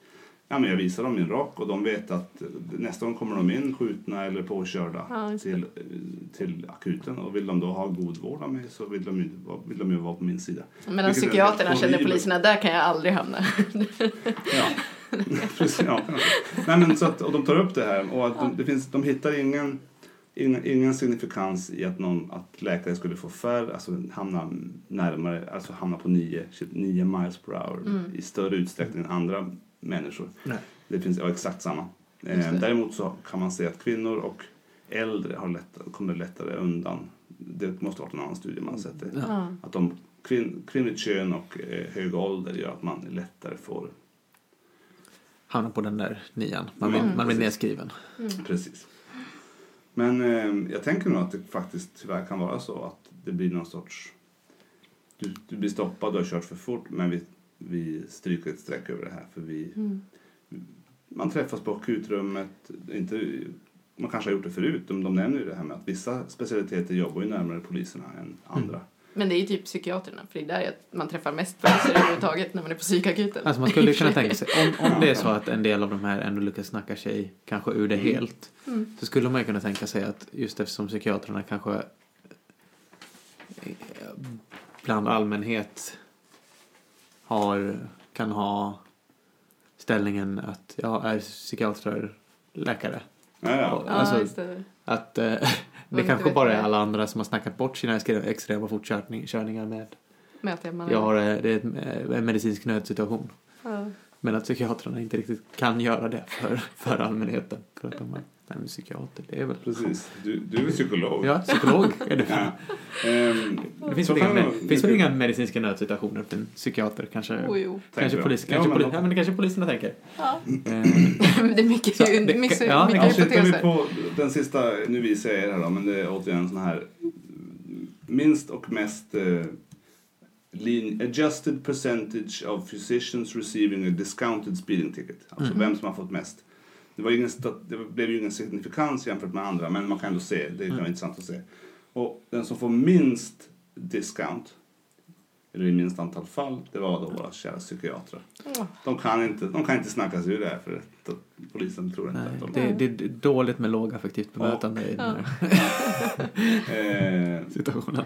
[SPEAKER 1] ja men jag visar dem min rock och de vet att eh, nästa gång kommer de in skjutna eller påkörda
[SPEAKER 3] Ja, just det.
[SPEAKER 1] till, eh, till akuten. Och vill de då ha god vård av mig så vill de ju, vill de ju vara på min sida.
[SPEAKER 3] Medan
[SPEAKER 1] Vilket är
[SPEAKER 3] psykiaterna
[SPEAKER 1] helt
[SPEAKER 3] känner
[SPEAKER 1] horribelt.
[SPEAKER 3] poliserna, där kan jag aldrig hamna.
[SPEAKER 1] Ja. Precis, ja. Nej, men så att, och de tar upp det här och att de, det finns, de hittar ingen, ingen, ingen signifikans i att, någon, att läkare skulle få färre, alltså hamna närmare, alltså hamna på 9, 9 miles per hour
[SPEAKER 3] Mm.
[SPEAKER 1] i större utsträckning än andra människor.
[SPEAKER 2] Nej.
[SPEAKER 1] Det finns ja, exakt samma.
[SPEAKER 3] Just
[SPEAKER 1] Eh,
[SPEAKER 3] det.
[SPEAKER 1] däremot så kan man se att kvinnor och äldre har lätt, kommer lättare undan. Det måste ha varit en annan studie man har sett det.
[SPEAKER 3] Ja.
[SPEAKER 1] Att de, kvin, kvinnligt kön och eh, hög ålder gör att man lättare får
[SPEAKER 2] Hamnar på den där nian.
[SPEAKER 1] Ja,
[SPEAKER 2] Man blir,
[SPEAKER 3] Mm.
[SPEAKER 2] man blir
[SPEAKER 1] precis.
[SPEAKER 2] nedskriven.
[SPEAKER 1] Precis. Men eh, jag tänker nog att det faktiskt tyvärr kan vara så att det blir någon sorts... Du, du blir stoppad, du har kört för fort, men vi, vi stryker ett streck över det här. För vi,
[SPEAKER 3] Mm.
[SPEAKER 1] Man träffas på akutrummet. Inte, man kanske har gjort det förut. De, de nämner ju det här med att vissa specialiteter jobbar ju närmare poliserna än andra.
[SPEAKER 3] Men det är ju typ psykiaterna, för det är där jag- man träffar mest poliser överhuvudtaget när man är på psykakuten.
[SPEAKER 2] Alltså man skulle ju kunna tänka sig, om, om det är så att en del av de här ändå lyckas snacka sig kanske ur det helt,
[SPEAKER 3] Mm.
[SPEAKER 2] så skulle man ju kunna tänka sig att just eftersom psykiatrarna kanske eh, bland allmänhet har, kan ha ställningen att ja, är psykiatrer läkare?
[SPEAKER 1] Ja, ja.
[SPEAKER 2] Och,
[SPEAKER 3] Ja,
[SPEAKER 2] alltså,
[SPEAKER 3] just det.
[SPEAKER 2] att eh, det
[SPEAKER 3] inte
[SPEAKER 2] kanske
[SPEAKER 3] vet
[SPEAKER 2] bara
[SPEAKER 3] det.
[SPEAKER 2] är alla andra som har snackat bort sina extre- extrema fortkörning- körningar med
[SPEAKER 3] Möter jag man
[SPEAKER 2] jag har, eh, det är ett, eh, en medicinsk nödsituation.
[SPEAKER 3] Ja.
[SPEAKER 2] Men att psykiatrarna inte riktigt kan göra det för, för allmänheten. För att de är, nej men psykiater, det är väl...
[SPEAKER 1] Precis. Du, du är psykolog.
[SPEAKER 2] Ja, psykolog är du.
[SPEAKER 1] Ja. Ehm,
[SPEAKER 2] Det finns
[SPEAKER 1] så
[SPEAKER 2] väl inga,
[SPEAKER 1] kan
[SPEAKER 2] med,
[SPEAKER 1] man-
[SPEAKER 2] finns väl inga medicinska nödsituationer för en psykiater kanske?
[SPEAKER 3] Jo, jo.
[SPEAKER 2] Kanske,
[SPEAKER 1] tänker
[SPEAKER 2] polis,
[SPEAKER 1] de. Ja,
[SPEAKER 2] kanske,
[SPEAKER 1] men
[SPEAKER 2] poli,
[SPEAKER 1] de-
[SPEAKER 2] ja, men det kanske poliserna tänker.
[SPEAKER 3] Ja.
[SPEAKER 2] Eh,
[SPEAKER 3] Men det är mycket,
[SPEAKER 2] Så, det-
[SPEAKER 3] mycket,
[SPEAKER 2] ja, det
[SPEAKER 1] Ja,
[SPEAKER 3] mycket
[SPEAKER 2] kanske
[SPEAKER 1] sitter vi
[SPEAKER 3] hypoteser.
[SPEAKER 1] på den sista, nu visar jag er här då, men det är återigen sån här minst och mest eh, lin, adjusted percentage of physicians receiving a discounted speeding ticket.
[SPEAKER 2] Mhm.
[SPEAKER 1] Alltså vem som har fått mest. Det, var ingen, stat- det blev ju ingen signifikans jämfört med andra, men man kan ändå se, det
[SPEAKER 2] Mm.
[SPEAKER 1] kan vara intressant att se. Och den som får minst discount, eller i minst antal fall, det var då våra kära psykiatrar.
[SPEAKER 3] Ja.
[SPEAKER 1] De kan inte, de kan inte snacka sig ur det här för att polisen tror inte
[SPEAKER 2] nej,
[SPEAKER 1] att de...
[SPEAKER 2] det, det är dåligt med lågaffektivt bemötande i den här
[SPEAKER 1] Eh,
[SPEAKER 2] situationen.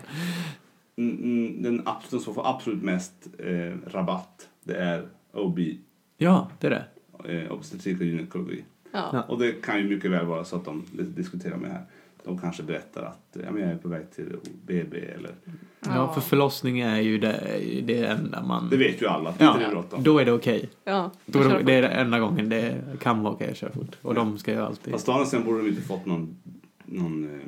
[SPEAKER 1] Mm, mm, den abs- den som får absolut mest eh, rabatt det är OB,
[SPEAKER 2] Ja, det är det.
[SPEAKER 1] eh, obstetrik och gynekologi.
[SPEAKER 3] Ja.
[SPEAKER 1] Och det kan ju mycket väl vara så att de diskuterar med här. De kanske berättar att eh, ja, men jag är på väg till BB eller...
[SPEAKER 2] Mm. Ja, för förlossning är ju det, det enda man...
[SPEAKER 1] Det vet ju alla att inte det är
[SPEAKER 2] Ja,
[SPEAKER 1] bråttom.
[SPEAKER 2] då är det okej.
[SPEAKER 3] Ja,
[SPEAKER 2] Då är
[SPEAKER 3] kör
[SPEAKER 2] det,
[SPEAKER 3] på.
[SPEAKER 2] det är det enda gången det kan vara okej att köra fort. Och de ska ju alltid...
[SPEAKER 1] Fast å andra sidan borde de inte fått någon, någon eh,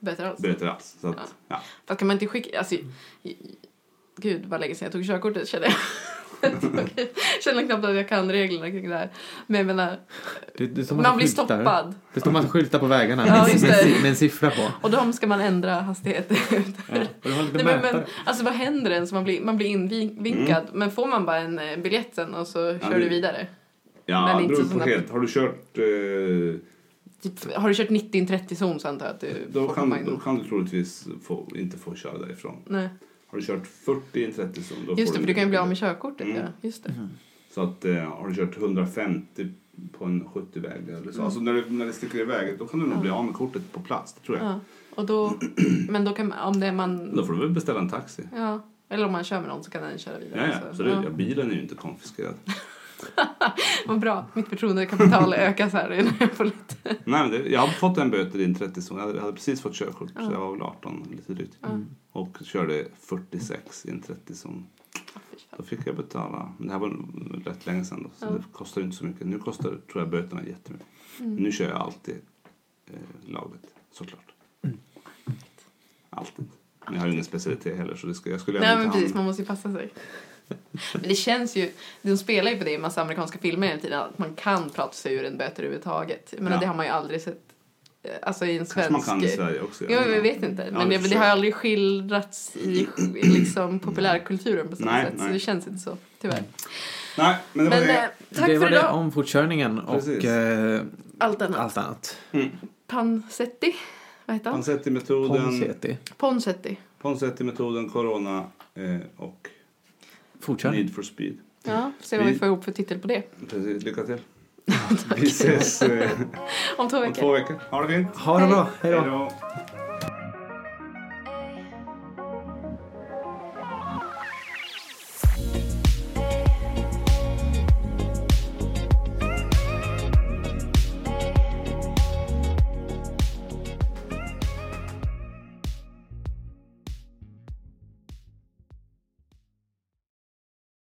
[SPEAKER 3] Bättre alls.
[SPEAKER 1] böter alls. Så att, ja.
[SPEAKER 3] Fast kan man inte skicka... Alltså,
[SPEAKER 2] Mm.
[SPEAKER 3] i- i- gud, vad länge sedan jag tog körkortet känner jag. Jag känner knappt att jag kan reglerna kring det här. Men jag menar,
[SPEAKER 2] Det, det är som massa
[SPEAKER 3] man blir
[SPEAKER 2] skyltar.
[SPEAKER 3] stoppad.
[SPEAKER 2] Det står massa skyltar på vägarna
[SPEAKER 3] Ja,
[SPEAKER 2] med,
[SPEAKER 3] just
[SPEAKER 2] med,
[SPEAKER 3] det.
[SPEAKER 2] si- med en siffra på.
[SPEAKER 3] Och de ska man ändra hastigheten efter.
[SPEAKER 2] Ja. Och de har lite
[SPEAKER 3] Nej, men, men,
[SPEAKER 2] mätare.
[SPEAKER 3] alltså vad händer ens? Man blir, man blir invinkad. Men får man bara en eh, biljett sen och så kör
[SPEAKER 1] Mm. det-
[SPEAKER 3] du vidare?
[SPEAKER 1] ja,
[SPEAKER 3] Men
[SPEAKER 1] det
[SPEAKER 3] inte
[SPEAKER 1] beror
[SPEAKER 3] så
[SPEAKER 1] på
[SPEAKER 3] snabbt.
[SPEAKER 1] helt. Har du kört... Eh,
[SPEAKER 3] Typ, har du kört 90 i en 30-zon så antar jag att du
[SPEAKER 1] då,
[SPEAKER 3] får
[SPEAKER 1] kan,
[SPEAKER 3] komma in.
[SPEAKER 1] då kan du troligtvis få, inte få köra därifrån.
[SPEAKER 3] Nej.
[SPEAKER 1] Har du kört 40 i en 30-zon då får
[SPEAKER 3] Just det, för du kan ju bli
[SPEAKER 1] inte-
[SPEAKER 3] av med körkortet.
[SPEAKER 1] Mm.
[SPEAKER 3] Ja. Just det.
[SPEAKER 1] Så att eh, har du kört 150 på en 70-väg eller så. Alltså när det, när det sticker iväg då kan du nog bli av med kortet på plats, det tror jag.
[SPEAKER 3] Ja. Och då, men då kan man, om det är man...
[SPEAKER 1] Då får du väl beställa en taxi.
[SPEAKER 3] Ja. Eller om man kör med någon så kan den köra vidare.
[SPEAKER 1] Ja, ja,
[SPEAKER 3] så.
[SPEAKER 1] absolut.
[SPEAKER 3] Ja.
[SPEAKER 1] Ja, bilen är ju inte konfiskerad.
[SPEAKER 3] Vad bra, mitt förtroendekapital ökas här innan jag får lite...
[SPEAKER 1] Nej, men det, jag hade fått en böter i en 30-zon. Jag hade, jag hade precis fått körkort så jag var väl 18 lite drygt. Och körde 46 i en 30-zon. Då fick jag betala, men det här var rätt länge sedan då, så det kostar inte så mycket. Nu kostar, tror jag, böterna jättemycket.
[SPEAKER 3] Mm.
[SPEAKER 1] Men nu kör jag alltid eh, lagligt, såklart.
[SPEAKER 2] Mm.
[SPEAKER 1] Alltid. Men jag har ju ingen specialitet heller så det ska, jag skulle
[SPEAKER 3] Nej
[SPEAKER 1] ändå
[SPEAKER 3] men
[SPEAKER 1] inte
[SPEAKER 3] precis,
[SPEAKER 1] hamna-
[SPEAKER 3] man måste ju passa sig. Men det känns ju, de spelar ju på det i en massa amerikanska filmer hela tiden, att man kan prata sig ur en böter överhuvudtaget. Men
[SPEAKER 1] Ja.
[SPEAKER 3] det har man ju aldrig sett, eh, alltså i en
[SPEAKER 1] Kanske
[SPEAKER 3] svensk...
[SPEAKER 1] man kan i Sverige också.
[SPEAKER 3] Jo, jag vet inte. Men
[SPEAKER 1] det
[SPEAKER 3] det, det har ju aldrig skildrats i i liksom populärkulturen på samma
[SPEAKER 1] Nej,
[SPEAKER 3] sätt. Så
[SPEAKER 1] nej.
[SPEAKER 3] det känns inte så, tyvärr.
[SPEAKER 1] Nej, men det var
[SPEAKER 3] Men eh,
[SPEAKER 1] det.
[SPEAKER 3] tack
[SPEAKER 2] det
[SPEAKER 3] för
[SPEAKER 2] var det
[SPEAKER 3] idag.
[SPEAKER 2] om fortkörningen och
[SPEAKER 1] Precis.
[SPEAKER 2] eh,
[SPEAKER 3] Allt annat.
[SPEAKER 2] allt annat.
[SPEAKER 3] Pansetti, vad heter han?
[SPEAKER 1] Ponsetti-metoden,
[SPEAKER 2] Ponsetti.
[SPEAKER 3] Ponsetti.
[SPEAKER 1] Ponsetti-metoden, corona eh, och
[SPEAKER 2] Fortkörning.
[SPEAKER 1] need for speed.
[SPEAKER 3] Ja, se vad vi
[SPEAKER 1] Vi-
[SPEAKER 3] får ihop för titel på det.
[SPEAKER 1] Precis, lycka till. Vi ses eh,
[SPEAKER 3] Om två
[SPEAKER 1] om
[SPEAKER 3] veckor.
[SPEAKER 1] två veckor. Ha det fint.
[SPEAKER 2] Ha det bra. Hej då.
[SPEAKER 1] då.